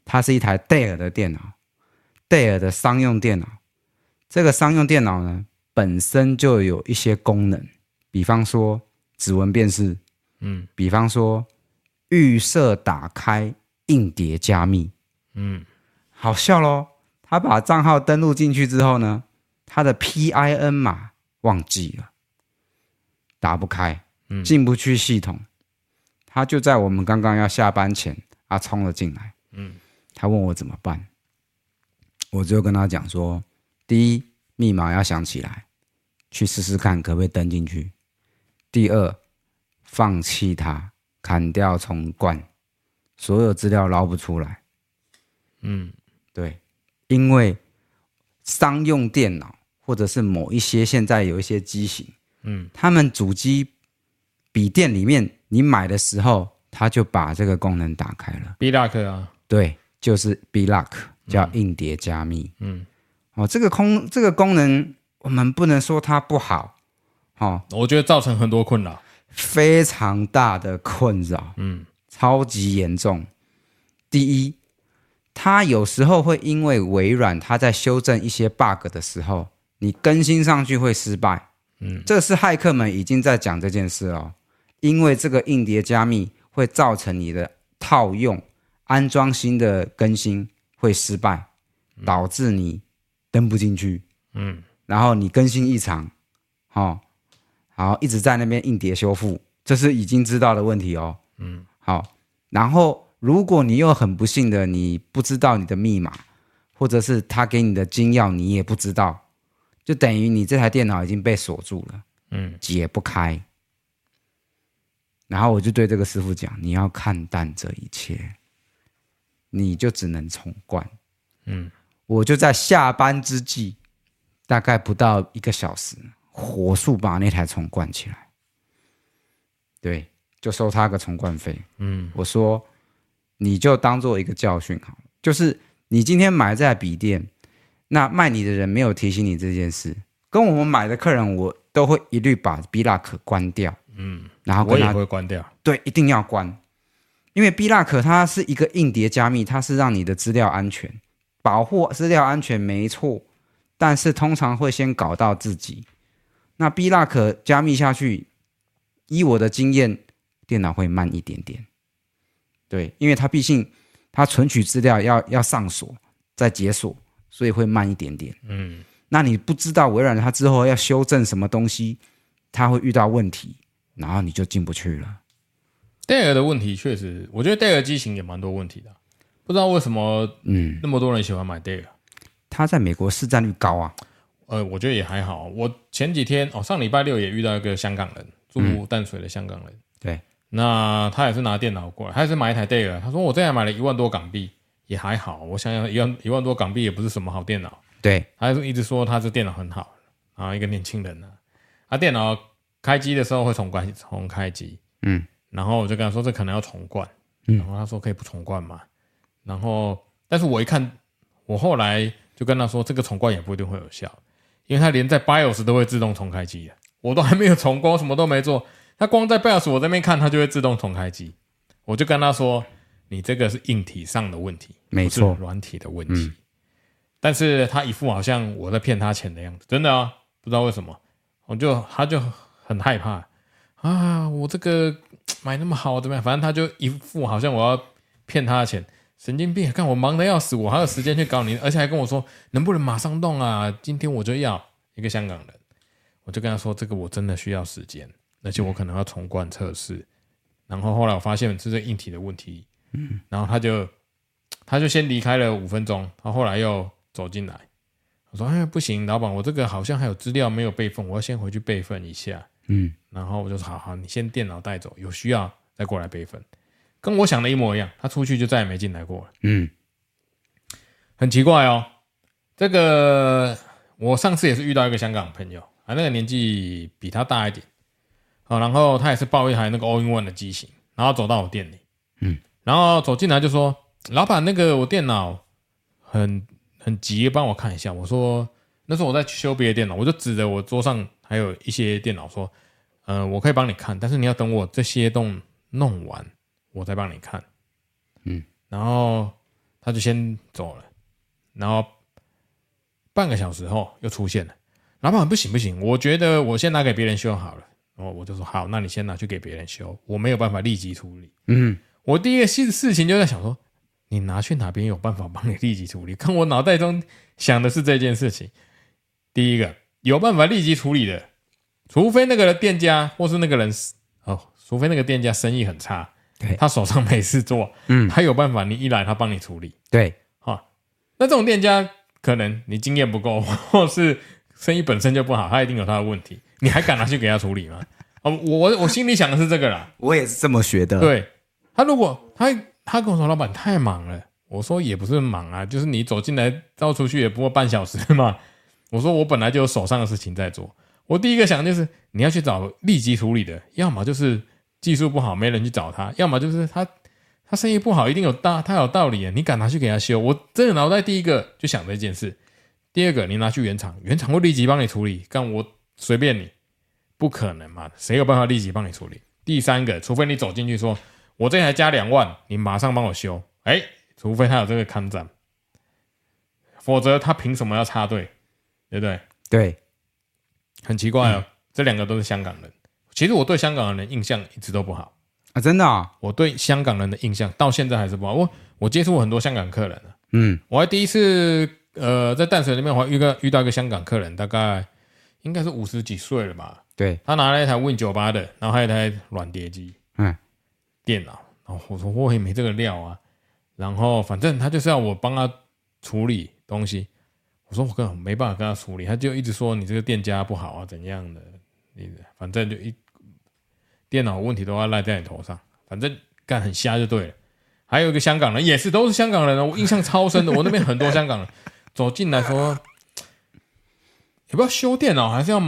[SPEAKER 2] 它是一台戴尔的电脑，戴尔的商用电脑，这个商用电脑呢，本身就有一些功能，比方说指纹辨识，
[SPEAKER 1] 嗯
[SPEAKER 2] 比方说预设打开硬碟加密，
[SPEAKER 1] 嗯，
[SPEAKER 2] 好笑喽。他把账号登录进去之后呢，他的 PIN 码忘记了，打不开
[SPEAKER 1] 嗯，
[SPEAKER 2] 进不去系统。他就在我们刚刚要下班前，他冲了进来。
[SPEAKER 1] 嗯，
[SPEAKER 2] 他问我怎么办，我就跟他讲说：第一，密码要想起来，去试试看可不可以登进去；第二，放弃它，砍掉重灌，所有资料捞不出来。
[SPEAKER 1] 嗯
[SPEAKER 2] 对，因为商用电脑或者是某一些现在有一些机型，
[SPEAKER 1] 嗯，
[SPEAKER 2] 他们主机笔电里面你买的时候，它就把这个功能打开了。
[SPEAKER 1] b luck 啊，
[SPEAKER 2] 对，就是 BLOCK 叫硬碟加密。
[SPEAKER 1] 嗯，
[SPEAKER 2] 哦，这个空这个功能我们不能说它不好，哦，
[SPEAKER 1] 我觉得造成很多困扰。
[SPEAKER 2] 非常大的困扰。
[SPEAKER 1] 嗯
[SPEAKER 2] 超级严重。第一，它有时候会因为微软它在修正一些 bug 的时候，你更新上去会失败。
[SPEAKER 1] 嗯，
[SPEAKER 2] 这是骇客们已经在讲这件事哦，因为这个硬碟加密会造成你的套用安装新的更新会失败，导致你登不进去。
[SPEAKER 1] 嗯
[SPEAKER 2] 然后你更新异常，哦，然后一直在那边硬碟修复，这是已经知道的问题哦。
[SPEAKER 1] 嗯，
[SPEAKER 2] 好，然后如果你又很不幸的你不知道你的密码，或者是他给你的金钥你也不知道，就等于你这台电脑已经被锁住了，
[SPEAKER 1] 嗯
[SPEAKER 2] 解不开。然后我就对这个师傅讲，你要看淡这一切，你就只能重灌。
[SPEAKER 1] 嗯，
[SPEAKER 2] 我就在下班之际，大概不到一个小时，火速把那台重灌起来。对，就收他个重灌费。
[SPEAKER 1] 嗯，
[SPEAKER 2] 我说你就当做一个教训好了，就是你今天买这台笔电，那卖你的人没有提醒你这件事，跟我们买的客人，我都会一律把 B l o c 关掉。嗯，然后
[SPEAKER 1] 我
[SPEAKER 2] 跟
[SPEAKER 1] 也
[SPEAKER 2] 他
[SPEAKER 1] 会关掉。
[SPEAKER 2] 对，一定要关，因为 B Lock 它是一个硬碟加密，它是让你的资料安全，保护资料安全没错，但是通常会先搞到自己。那 B Lock 加密下去，依我的经验，电脑会慢一点点。对，因为它毕竟它存取资料要要上锁再解锁，所以会慢一点点。
[SPEAKER 1] 嗯
[SPEAKER 2] 那你不知道微软它之后要修正什么东西，它会遇到问题，然后你就进不去了。
[SPEAKER 1] 戴尔的问题确实，我觉得戴尔机型也蛮多问题的，啊不知道为什么
[SPEAKER 2] 嗯。
[SPEAKER 1] 那么多人喜欢买戴尔。
[SPEAKER 2] 它在美国市占率高啊。
[SPEAKER 1] 呃，我觉得也还好。我前几天哦，上礼拜六也遇到一个香港人，住淡水的香港人。
[SPEAKER 2] 嗯对，
[SPEAKER 1] 那他也是拿电脑过来，他也是买一台戴尔。他说我这台买了一万多港币，也还好。我想想，一万一万多港币也不是什么好电脑。
[SPEAKER 2] 对，
[SPEAKER 1] 他就一直说他这电脑很好啊，一个年轻人啊，他电脑开机的时候会重关重开机，
[SPEAKER 2] 嗯，
[SPEAKER 1] 然后我就跟他说这可能要重灌，
[SPEAKER 2] 嗯
[SPEAKER 1] 然后他说可以不重灌嘛，然后但是我一看，我后来就跟他说这个重灌也不一定会有效，因为他连在 BIOS 都会自动重开机的，啊我都还没有重灌，我什么都没做，他光在 BIOS 我这边看他就会自动重开机，我就跟他说你这个是硬体上的问题，
[SPEAKER 2] 没错
[SPEAKER 1] 不
[SPEAKER 2] 嗯
[SPEAKER 1] 是软体的问题。但是他一副好像我在骗他钱的样子，真的啊，不知道为什么，我就他就很害怕啊，我这个买那么好怎么样？反正他就一副好像我要骗他的钱，神经病！看我忙得要死，我还有时间去搞你，而且还跟我说能不能马上弄啊？今天我就要一个香港人，我就跟他说这个我真的需要时间，而且我可能要重灌测试。然后后来我发现是这硬体的问题，嗯，然后他就他就先离开了五分钟，他后来又走进来，我说：“哎，不行，老板，我这个好像还有资料没有备份，我要先回去备份一下。”
[SPEAKER 2] 嗯，
[SPEAKER 1] 然后我就说：“好好，你先电脑带走，有需要再过来备份。”跟我想的一模一样，他出去就再也没进来过了，
[SPEAKER 2] 嗯，
[SPEAKER 1] 很奇怪哦。这个我上次也是遇到一个香港朋友啊，那个年纪比他大一点，好，然后他也是抱一台那个 All in One 的机型，然后走到我店里，
[SPEAKER 2] 嗯，
[SPEAKER 1] 然后走进来就说：“老板，那个我电脑很很急，帮我看一下。”我说：“那时候我在修别的电脑，我就指着我桌上还有一些电脑说：‘嗯、我可以帮你看，但是你要等我这些弄弄完，我再帮你看。’嗯，然后他就先走了，然后半个小时后又出现了。老板不行不行，我觉得我先拿给别人修好了。然后我就说好，那你先拿去给别人修，我没有办法立即处理。
[SPEAKER 2] 嗯，
[SPEAKER 1] 我第一个事事情就在想说，你拿去哪边有办法帮你立即处理？ 看我脑袋中想的是这件事情。第一个有办法立即处理的，除非那个店家或是那个人哦，除非那个店家生意很差，
[SPEAKER 2] 对
[SPEAKER 1] 他手上没事做，
[SPEAKER 2] 嗯
[SPEAKER 1] 他有办法，你一来他帮你处理。
[SPEAKER 2] 对，
[SPEAKER 1] 那这种店家，可能你经验不够， 或是生意本身就不好，他一定有他的问题，你还敢拿去给他处理吗？哦，我我我心里想的是这个啦。
[SPEAKER 2] 我也是这么学的。，
[SPEAKER 1] 对他，如果他他跟我说老板太忙了，我说也不是忙啊，就是你走进来到出去也不过半小时嘛。我说我本来就有手上的事情在做，我第一个想就是你要去找立即处理的，要么就是技术不好没人去找他，要么就是他他生意不好一定有大他有道理啊，你敢拿去给他修？我真的脑袋第一个就想这件事，第二个你拿去原厂，原厂会立即帮你处理，干我随便你，不可能嘛，谁有办法立即帮你处理？第三个，除非你走进去说我这台加两万，你马上帮我修。哎，除非他有这个看展，否则他凭什么要插队？对不对？
[SPEAKER 2] 对，
[SPEAKER 1] 很奇怪哦，这两个都是香港人。其实我对香港人的印象一直都不好，
[SPEAKER 2] 啊，真的哦，
[SPEAKER 1] 我对香港人的印象到现在还是不好。我我接触过很多香港客人啊
[SPEAKER 2] 嗯，
[SPEAKER 1] 我还第一次呃在淡水那边我还遇个遇到一个香港客人，大概应该是五十几岁了吧，
[SPEAKER 2] 对，
[SPEAKER 1] 他拿了一台 Win 九八的，然后还有一台软碟机，
[SPEAKER 2] 嗯，
[SPEAKER 1] 电脑。然后我说我也没这个料啊，然后反正他就是要我帮他处理东西。我说我根本没办法跟他处理，他就一直说你这个店家不好啊，怎样的，你反正就一电脑问题都要赖在你头上，反正干很瞎就对了。还有一个香港人，也是都是香港人哦，我印象超深的。我那边很多香港人走进来说，也不知道修电脑还是要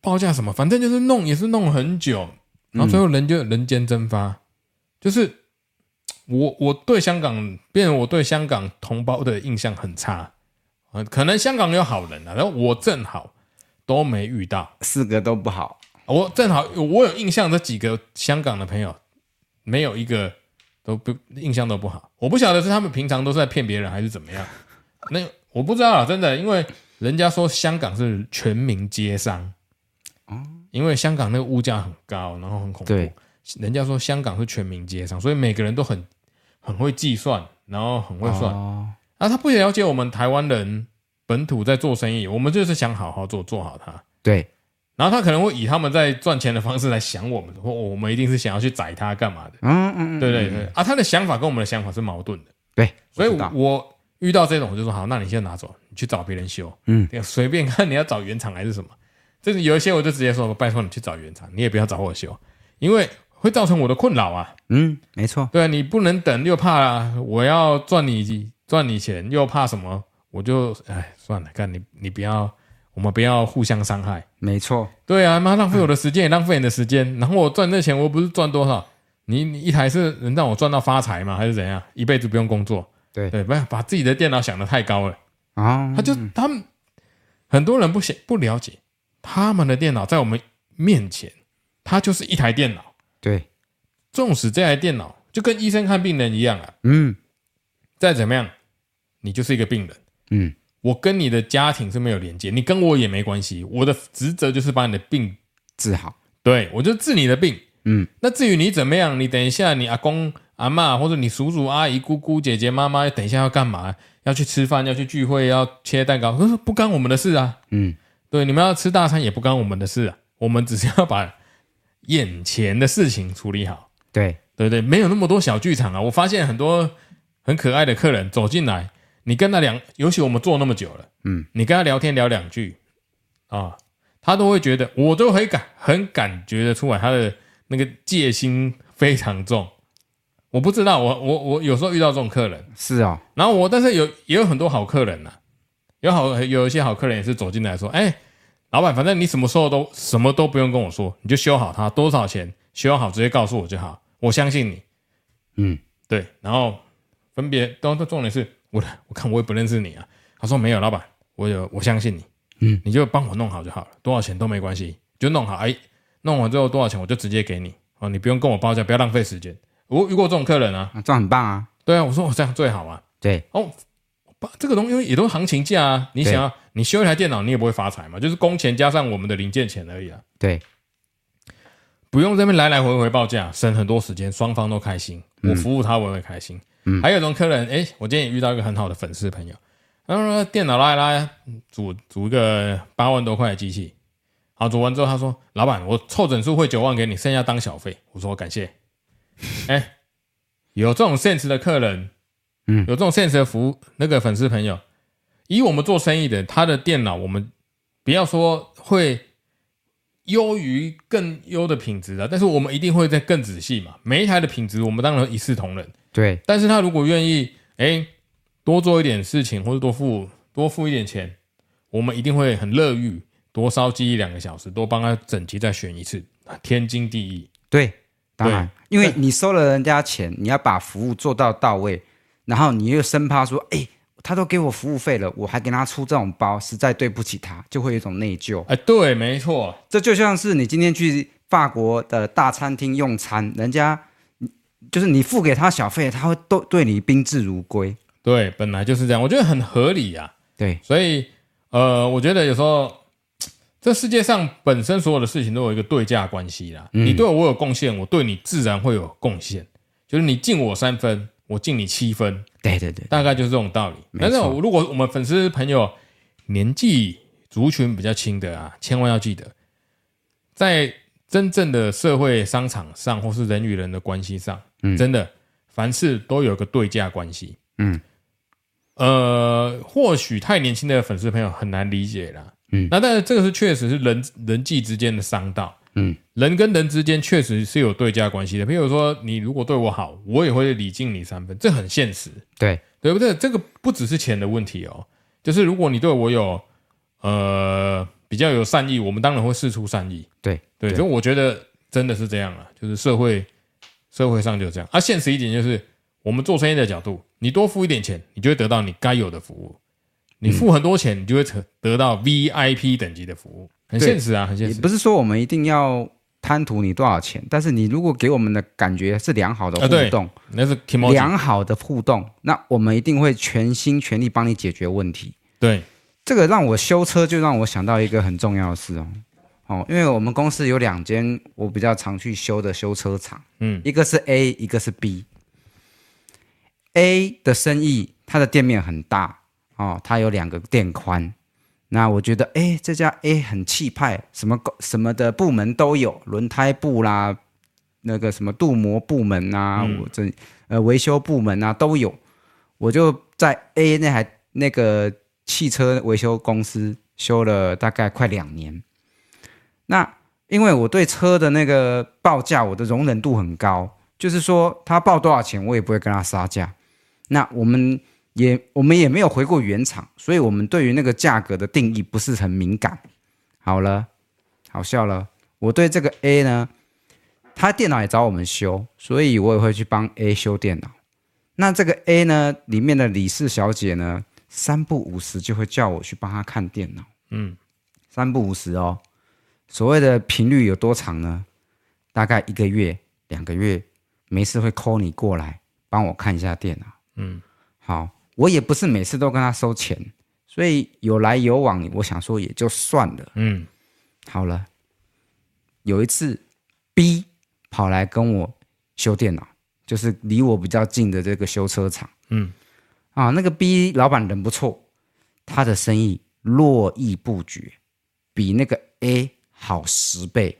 [SPEAKER 1] 报价什么，反正就是弄也是弄很久，然后最后人就人间蒸发。就是我我对香港，变成我对香港同胞的印象很差啊，可能香港有好人啊，然后我正好都没遇到。
[SPEAKER 2] 四个都不好。
[SPEAKER 1] 我正好我有印象，这几个香港的朋友没有一个都不印象都不好。我不晓得是他们平常都是在骗别人，还是怎么 样。那我不知道啊，真的，因为人家说香港是全民皆商，因为香港那个物价很高，然后很恐怖
[SPEAKER 2] 哦对。
[SPEAKER 1] 人家说香港是全民皆商，所以每个人都很很会计算，然后很会算。
[SPEAKER 2] 哦，
[SPEAKER 1] 啊，他不了解我们台湾人本土在做生意，我们就是想好好做，做好它。
[SPEAKER 2] 对，
[SPEAKER 1] 然后他可能会以他们在赚钱的方式来想我们，或我们一定是想要去宰他干嘛的，
[SPEAKER 2] 嗯嗯，嗯
[SPEAKER 1] 对不对？对啊，他的想法跟我们的想法是矛盾的，
[SPEAKER 2] 对，
[SPEAKER 1] 所以
[SPEAKER 2] 我知道
[SPEAKER 1] 我遇到这种我就说好，那你先拿走，你去找别人修，
[SPEAKER 2] 嗯，
[SPEAKER 1] 随便看你要找原厂还是什么。这是有一些我就直接说，拜托你去找原厂，你也不要找我修，因为会造成我的困扰啊。
[SPEAKER 2] 嗯，没错，
[SPEAKER 1] 对啊，你不能等，又怕、我要赚你赚你钱，又怕什么？我就哎算了，干你你不要，我们不要互相伤害。
[SPEAKER 2] 没错，
[SPEAKER 1] 对啊，妈浪费我的时间，也浪费你的时间。然后我赚这钱，我又不是赚多少？你你一台是能让我赚到发财吗？还是怎样？一辈子不用工作？
[SPEAKER 2] 对
[SPEAKER 1] 对，不要把自己的电脑想得太高了。
[SPEAKER 2] 哦，
[SPEAKER 1] 他就他们很多人不想不了解，他们的电脑在我们面前，它就是一台电脑。
[SPEAKER 2] 对，
[SPEAKER 1] 纵使这台电脑就跟医生看病人一样啊，
[SPEAKER 2] 嗯
[SPEAKER 1] 再怎么样，你就是一个病人。
[SPEAKER 2] 嗯，
[SPEAKER 1] 我跟你的家庭是没有连接，你跟我也没关系。我的职责就是把你的病
[SPEAKER 2] 治好，
[SPEAKER 1] 对我就治你的病。
[SPEAKER 2] 嗯，
[SPEAKER 1] 那至于你怎么样，你等一下，你阿公、阿嬷或者你叔叔、阿姨、姑姑、姐姐、妈妈，等一下要干嘛？要去吃饭，要去聚会，要切蛋糕，可是不干我们的事啊。
[SPEAKER 2] 嗯，
[SPEAKER 1] 对，你们要吃大餐也不干我们的事啊。我们只是要把眼前的事情处理好，
[SPEAKER 2] 对，
[SPEAKER 1] 对不对？没有那么多小剧场啊。我发现很多很可爱的客人走进来，你跟他两，尤其我们做那么久了，
[SPEAKER 2] 嗯，
[SPEAKER 1] 你跟他聊天聊两句啊，他都会觉得，我都很感很感觉得出来，他的那个戒心非常重。我不知道，我我我有时候遇到这种客人，
[SPEAKER 2] 是哦，
[SPEAKER 1] 然后我但是有也有很多好客人呐、有好有一些好客人也是走进来说，哎，老板，反正你什么时候都什么都不用跟我说，你就修好它，多少钱修好直接告诉我就好，我相信你。
[SPEAKER 2] 嗯，
[SPEAKER 1] 对，然后分别，都都重点是我的，我看我也不认识你啊。他说没有，老板，我有我相信你，
[SPEAKER 2] 嗯，
[SPEAKER 1] 你就帮我弄好就好了，多少钱都没关系，就弄好，哎，弄完之后多少钱我就直接给你，哦，你不用跟我报价，不要浪费时间。我遇过这种客人啊，
[SPEAKER 2] 啊这样很棒啊，
[SPEAKER 1] 哦对啊，我说我这样最好啊，
[SPEAKER 2] 对，
[SPEAKER 1] 哦，八这个东西也都是行情价啊。你
[SPEAKER 2] 对
[SPEAKER 1] 想要你修一台电脑，你也不会发财嘛，就是工钱加上我们的零件钱而已啊。
[SPEAKER 2] 对，
[SPEAKER 1] 不用这边来来回回报价，省很多时间，双方都开心，我服务他我也会开心。
[SPEAKER 2] 嗯
[SPEAKER 1] 还有一种客人，哎、我今天也遇到一个很好的粉丝朋友，他说电脑拉一拉，组组一个八万多块的机器，好组完之后他说，老板我凑整数汇九万给你，剩下当小费。我说感谢。哎、有这种 sense 的客人，
[SPEAKER 2] 嗯
[SPEAKER 1] 有这种 sense 的服务那个粉丝朋友，以我们做生意的，他的电脑我们不要说会优于更优的品质啊，但是我们一定会再更仔细嘛。每一台的品质，我们当然一视同仁。
[SPEAKER 2] 对，
[SPEAKER 1] 但是他如果愿意，哎，多做一点事情，或者多付多付一点钱，我们一定会很乐于多烧记忆两个小时，多帮他整集再选一次，天经地义。
[SPEAKER 2] 对，当然，因为你收了人家钱，你要把服务做到到位，然后你又生怕说，哎、他都给我服务费了，我还给他出这种包，实在对不起他，就会有一种内疚。
[SPEAKER 1] 哎，对，没错，
[SPEAKER 2] 这就像是你今天去法国的大餐厅用餐，人家就是你付给他小费，他会都对你宾至如归。
[SPEAKER 1] 对，本来就是这样，我觉得很合理啊。
[SPEAKER 2] 对，
[SPEAKER 1] 所以，呃，我觉得有时候这世界上本身所有的事情都有一个对价关系啦。你对我有贡献，我对你自然会有贡献。就是你敬我三分，我敬你七分，
[SPEAKER 2] 对对对，
[SPEAKER 1] 大概就是这种道理。
[SPEAKER 2] 没
[SPEAKER 1] 但
[SPEAKER 2] 错
[SPEAKER 1] 是我如果我们粉丝朋友年纪族群比较轻的啊，千万要记得，在真正的社会商场上，或是人与人的关系上，
[SPEAKER 2] 嗯
[SPEAKER 1] 真的凡事都有个对价关系。
[SPEAKER 2] 嗯，
[SPEAKER 1] 呃，或许太年轻的粉丝朋友很难理解啦。
[SPEAKER 2] 嗯
[SPEAKER 1] 那但是这个是确实是人人际之间的商道。
[SPEAKER 2] 嗯，
[SPEAKER 1] 人跟人之间确实是有对价关系的。譬如说，你如果对我好，我也会礼敬你三分，这很现实。
[SPEAKER 2] 对
[SPEAKER 1] 对不对？这个不只是钱的问题哦，就是如果你对我有呃比较有善意，我们当然会事出善意。
[SPEAKER 2] 对
[SPEAKER 1] 对，
[SPEAKER 2] 对
[SPEAKER 1] 所以我觉得真的是这样啊，就是社会社会上就是这样。啊，现实一点就是，我们做生意的角度，你多付一点钱，你就会得到你该有的服务；你付很多钱，你就会得得到 VIP 等级的服务。很
[SPEAKER 2] 对
[SPEAKER 1] 现实啊，很现
[SPEAKER 2] 也
[SPEAKER 1] 实
[SPEAKER 2] 不是说我们一定要贪图你多少钱，但是你如果给我们的感觉是良好的
[SPEAKER 1] 啊对
[SPEAKER 2] 互动，
[SPEAKER 1] 那是 k i m o j i
[SPEAKER 2] 良好的互动，那我们一定会全心全力帮你解决问题。
[SPEAKER 1] 对，
[SPEAKER 2] 这个让我修车，就让我想到一个很重要的事哦，哦，因为我们公司有两间我比较常去修的修车厂，
[SPEAKER 1] 嗯
[SPEAKER 2] 一个是 A，一个是 B。A 的生意，它的店面很大哦，它有两个店宽。那我觉得，哎，这家 A 很气派，什么公什么的部门都有，轮胎部啦，那个什么镀膜部门啊，
[SPEAKER 1] 嗯
[SPEAKER 2] 我这呃维修部门啊都有。我就在 A 那台那个汽车维修公司修了大概快两年。那因为我对车的那个报价，我的容忍度很高，就是说他报多少钱，我也不会跟他杀价。那我们也我们也没有回过原厂，所以我们对于那个价格的定义不是很敏感。好了，好笑了，我对这个 A 呢，他电脑也找我们修，所以我也会去帮 A 修电脑。那这个 A 呢，里面的李氏小姐呢，三不五时就会叫我去帮她看电脑。
[SPEAKER 1] 嗯，
[SPEAKER 2] 三不五时哦。所谓的频率有多长呢？大概一个月、两个月，没事会 call 你过来帮我看一下电脑。
[SPEAKER 1] 嗯，
[SPEAKER 2] 好，我也不是每次都跟他收钱，所以有来有往，我想说也就算了。
[SPEAKER 1] 嗯
[SPEAKER 2] 好了，有一次 B 跑来跟我修电脑，就是离我比较近的这个修车厂
[SPEAKER 1] 嗯，
[SPEAKER 2] 啊。那个 B 老板人不错，他的生意络绎不绝，比那个 A 好十倍。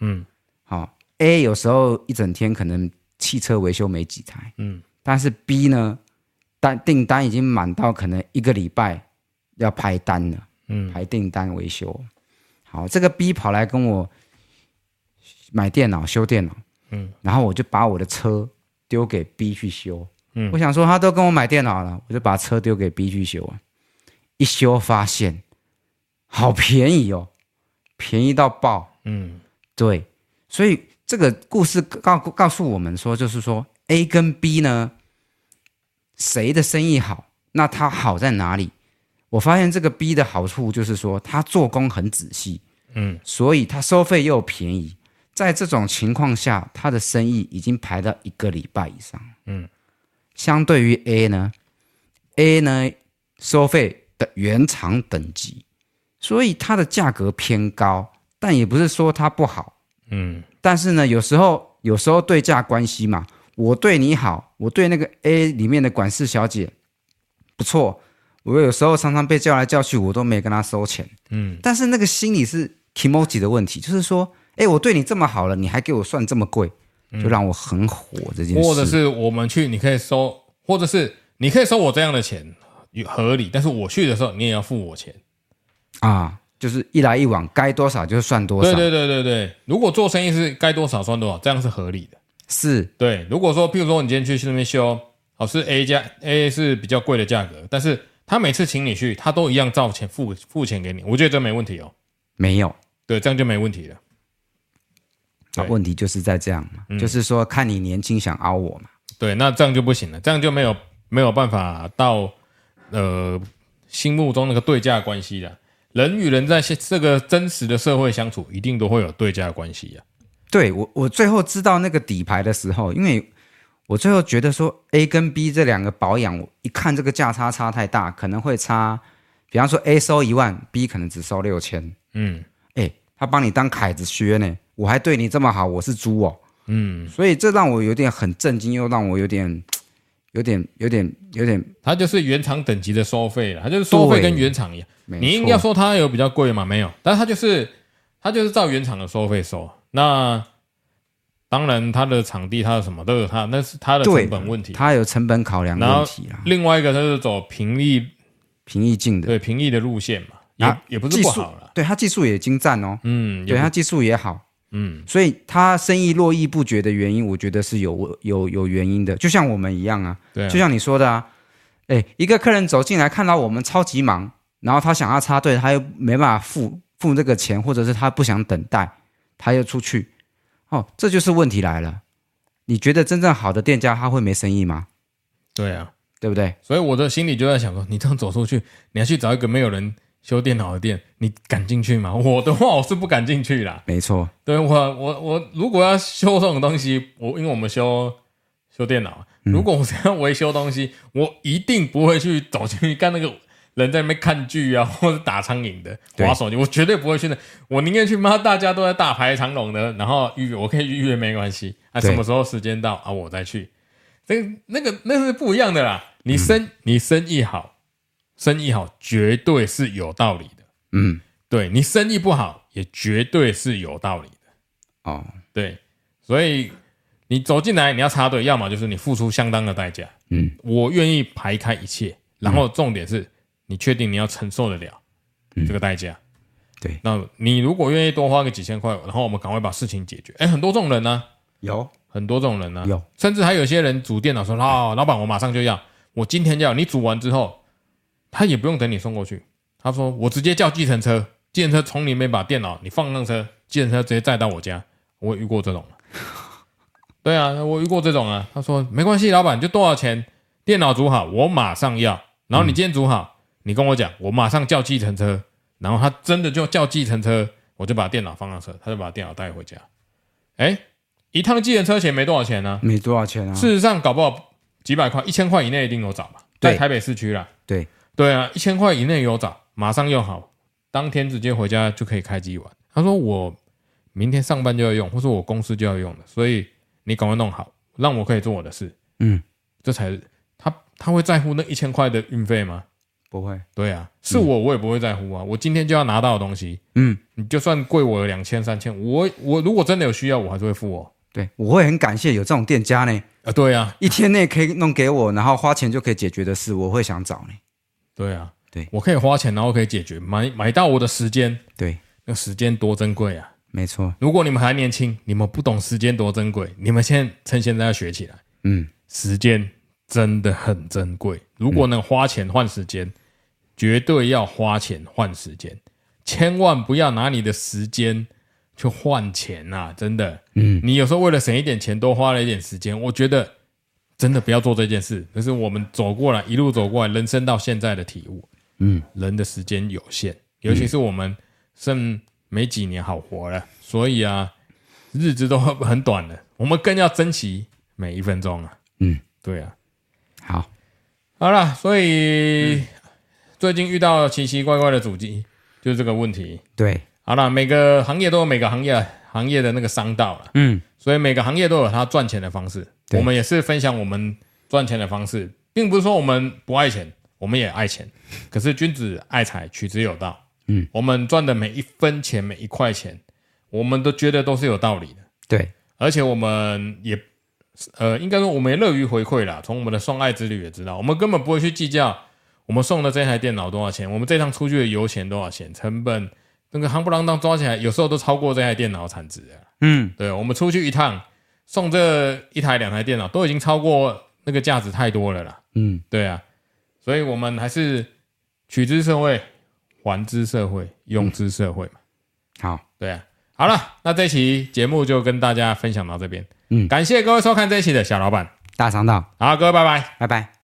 [SPEAKER 1] 嗯，
[SPEAKER 2] 好、A 有时候一整天可能汽车维修没几台，
[SPEAKER 1] 嗯，
[SPEAKER 2] 但是 B 呢，单订单已经满到可能一个礼拜要排单了，
[SPEAKER 1] 嗯，
[SPEAKER 2] 排订单维修。好，这个 B 跑来跟我买电脑修电脑，
[SPEAKER 1] 嗯，
[SPEAKER 2] 然后我就把我的车丢给 B 去修，
[SPEAKER 1] 嗯
[SPEAKER 2] 我想说他都跟我买电脑了，我就把车丢给 B 去修啊，一修发现好便宜哦，便宜到爆，
[SPEAKER 1] 嗯，
[SPEAKER 2] 对，所以这个故事告告诉我们说，就是说 A 跟 B 呢，谁的生意好，那它好在哪里？我发现这个 B 的好处就是说，他做工很仔细，
[SPEAKER 1] 嗯，
[SPEAKER 2] 所以他收费又便宜。在这种情况下，他的生意已经排到一个礼拜以上，
[SPEAKER 1] 嗯，
[SPEAKER 2] 相对于 A 呢，A 呢收费的原厂等级，所以它的价格偏高，但也不是说它不好。
[SPEAKER 1] 嗯，
[SPEAKER 2] 但是呢，有时候有时候对价关系嘛，我对你好，我对那个 A 里面的管事小姐不错，我有时候常常被叫来叫去，我都没跟她收钱。
[SPEAKER 1] 嗯，
[SPEAKER 2] 但是那个心理是 emoji 的问题，就是说，哎，我对你这么好了，你还给我算这么贵，就让我很火这件事。
[SPEAKER 1] 嗯或者是我们去，你可以收，或者是你可以收我这样的钱，有合理。但是我去的时候，你也要付我钱。
[SPEAKER 2] 啊，就是一来一往，该多少就算多少。
[SPEAKER 1] 对对对对对，如果做生意是该多少算多少，这样是合理的。
[SPEAKER 2] 是
[SPEAKER 1] 对，如果说，譬如说你今天去那边修，哦，是 A 加 A 是比较贵的价格，但是他每次请你去，他都一样照钱付付钱给你，我觉得这没问题哦。
[SPEAKER 2] 没有。
[SPEAKER 1] 对，这样就没问题了。
[SPEAKER 2] 啊
[SPEAKER 1] 对，嗯
[SPEAKER 2] 问题就是在这样嘛，就是说看你年轻想凹我嘛，
[SPEAKER 1] 对，那这样就不行了，这样就没有没有办法到呃心目中那个对价关系了。人与人在现这个真实的社会相处，一定都会有对价关系啊呀、
[SPEAKER 2] 对我，我最后知道那个底牌的时候，因为我最后觉得说 A 跟 B 这两个保养，我一看这个价差差太大，可能会差，比方说 A 收一万，B 可能只收六千，
[SPEAKER 1] 嗯
[SPEAKER 2] 哎，他帮你当凯子靴呢，我还对你这么好，我是猪哦，
[SPEAKER 1] 嗯，
[SPEAKER 2] 所以这让我有点很震惊，又让我有点，有点，有点，有点，
[SPEAKER 1] 它就是原厂等级的收费了，它就是收费
[SPEAKER 2] 对
[SPEAKER 1] 跟原厂一样。
[SPEAKER 2] 没
[SPEAKER 1] 你应
[SPEAKER 2] 错
[SPEAKER 1] 该说它有比较贵吗？没有，但是它就是它就是照原厂的收费收。那当然，它的场地、它的什么都有它，那是它的
[SPEAKER 2] 对
[SPEAKER 1] 呃成本问题。
[SPEAKER 2] 它有成本考量
[SPEAKER 1] 然后
[SPEAKER 2] 问题啦，
[SPEAKER 1] 另外一个，它是走平易
[SPEAKER 2] 平易近人，
[SPEAKER 1] 对平易的路线嘛，也、
[SPEAKER 2] 啊
[SPEAKER 1] 也不是
[SPEAKER 2] 技
[SPEAKER 1] 不
[SPEAKER 2] 术
[SPEAKER 1] 好啦。
[SPEAKER 2] 对他技术也精湛哦，
[SPEAKER 1] 嗯，也
[SPEAKER 2] 对
[SPEAKER 1] 不
[SPEAKER 2] 他技术也好，
[SPEAKER 1] 嗯
[SPEAKER 2] 所以他生意络绎不绝的原因，我觉得是有有有原因的，就像我们一样啊，
[SPEAKER 1] 对啊
[SPEAKER 2] 就像你说的啊，哎，一个客人走进来看到我们超级忙，然后他想要插队，他又没办法付付这个钱，或者是他不想等待，他又出去，哦，这就是问题来了。你觉得真正好的店家他会没生意吗？
[SPEAKER 1] 对啊。
[SPEAKER 2] 对不对？
[SPEAKER 1] 所以我的心里就在想说，你这样走出去，你要去找一个没有人修电脑的店，你敢进去吗？我的话，我是不敢进去啦。
[SPEAKER 2] 没错，
[SPEAKER 1] 对我，我我如果要修这种东西，我因为我们修修电脑，
[SPEAKER 2] 嗯
[SPEAKER 1] 如果我想要维修东西，我一定不会去走进去看那个人在那边看剧啊，或者打苍蝇的、
[SPEAKER 2] 对
[SPEAKER 1] 划手机，我绝对不会去那。我宁愿去妈大家都在大排长龙的，然后预约我可以预约没关系，啊，
[SPEAKER 2] 对
[SPEAKER 1] 什么时候时间到啊，我再去。这个那个那是不一样的啦。
[SPEAKER 2] 嗯
[SPEAKER 1] 你生、你生意好，生意好绝对是有道理的。
[SPEAKER 2] 嗯，
[SPEAKER 1] 对你生意不好，也绝对是有道理的。
[SPEAKER 2] 哦，
[SPEAKER 1] 对，所以你走进来，你要插队，要么就是你付出相当的代价，
[SPEAKER 2] 嗯，
[SPEAKER 1] 我愿意排开一切。然后重点是你确定你要承受得了这个代价。
[SPEAKER 2] 嗯对
[SPEAKER 1] 那你如果愿意多花个几千块，然后我们赶快把事情解决。哎，很多这种人呢、
[SPEAKER 2] 有
[SPEAKER 1] 很多这种人呢、啊
[SPEAKER 2] 有，
[SPEAKER 1] 甚至还有些人组电脑说：“哦，老板，我马上就要，我今天就要。”你组完之后，他也不用等你送过去，他说：“我直接叫计程车，计程车从里面把电脑你放上车，计程车直接载到我家。”我也遇过这种，对啊，我遇过这种啊。他说：“没关系，老板，就多少钱，电脑组好，我马上要。然后你今天组好，你跟我讲，我马上叫计程车。然后他真的就叫计程车，我就把电脑放上车，他就把电脑带回家。哎，一趟计程车钱没多少钱呢、
[SPEAKER 2] 没多少钱啊，
[SPEAKER 1] 事实上，搞不好几百块、一千块以内一定有找吧，在
[SPEAKER 2] 对
[SPEAKER 1] 台北市区啦。
[SPEAKER 2] 对
[SPEAKER 1] 对啊，一千块以内有找，马上用好，当天直接回家就可以开机玩。他说我明天上班就要用，或者我公司就要用的，所以你赶快弄好，让我可以做我的事。
[SPEAKER 2] 嗯，
[SPEAKER 1] 这才他他会在乎那一千块的运费吗？
[SPEAKER 2] 不会，
[SPEAKER 1] 对啊，是我我也不会在乎啊，我今天就要拿到的东西，
[SPEAKER 2] 嗯，
[SPEAKER 1] 你就算贵我两千三千，我我如果真的有需要，我还是会付哦。
[SPEAKER 2] 对我会很感谢有这种店家呢。
[SPEAKER 1] 啊，对啊，
[SPEAKER 2] 一天内可以弄给我，然后花钱就可以解决的事，我会想找你。
[SPEAKER 1] 对啊，
[SPEAKER 2] 对
[SPEAKER 1] 我可以花钱，然后可以解决，买买到我的时间，
[SPEAKER 2] 对，
[SPEAKER 1] 那时间多珍贵啊！
[SPEAKER 2] 没错，
[SPEAKER 1] 如果你们还年轻，你们不懂时间多珍贵，你们现在趁现在要学起来，
[SPEAKER 2] 嗯，
[SPEAKER 1] 时间真的很珍贵。如果能花钱换时间，绝对要花钱换时间，千万不要拿你的时间去换钱呐、啊！真的，嗯，你有时候为了省一点钱，多花了一点时间，我觉得真的不要做这件事。这是我们走过来一路走过来，人生到现在的体悟。
[SPEAKER 2] 嗯，
[SPEAKER 1] 人的时间有限，尤其是我们剩没几年好活了，所以啊，日子都很短了，我们更要珍惜每一分钟啊。
[SPEAKER 2] 嗯，
[SPEAKER 1] 对啊。
[SPEAKER 2] 好，嗯
[SPEAKER 1] 好啦，所以、最近遇到奇奇怪怪的主机，就是这个问题。
[SPEAKER 2] 对，
[SPEAKER 1] 好了，每个行业都有每个行业行业的那个商道了，
[SPEAKER 2] 嗯，
[SPEAKER 1] 所以每个行业都有它赚钱的方式。
[SPEAKER 2] 对
[SPEAKER 1] 我们也是分享我们赚钱的方式，并不是说我们不爱钱，我们也爱钱。可是君子爱财，取之有道。
[SPEAKER 2] 嗯，
[SPEAKER 1] 我们赚的每一分钱、每一块钱，我们都觉得都是有道理的。
[SPEAKER 2] 对，
[SPEAKER 1] 而且我们也，呃，应该说我们也乐于回馈啦。从我们的送爱之旅也知道，我们根本不会去计较我们送的这台电脑多少钱，我们这趟出去的油钱多少钱，成本那个夯不啷当抓起来，有时候都超过这台电脑产值了。
[SPEAKER 2] 嗯，
[SPEAKER 1] 对，我们出去一趟送这一台两台电脑，都已经超过那个价值太多了啦。
[SPEAKER 2] 嗯，
[SPEAKER 1] 对啊，所以我们还是取之社会，还之社会，用之社会嘛。
[SPEAKER 2] 好，
[SPEAKER 1] 对啊，好了，那这期节目就跟大家分享到这边。
[SPEAKER 2] 嗯
[SPEAKER 1] 感谢各位收看这一期的小老板。
[SPEAKER 2] 大肠道，
[SPEAKER 1] 好，各位拜拜。
[SPEAKER 2] 拜拜。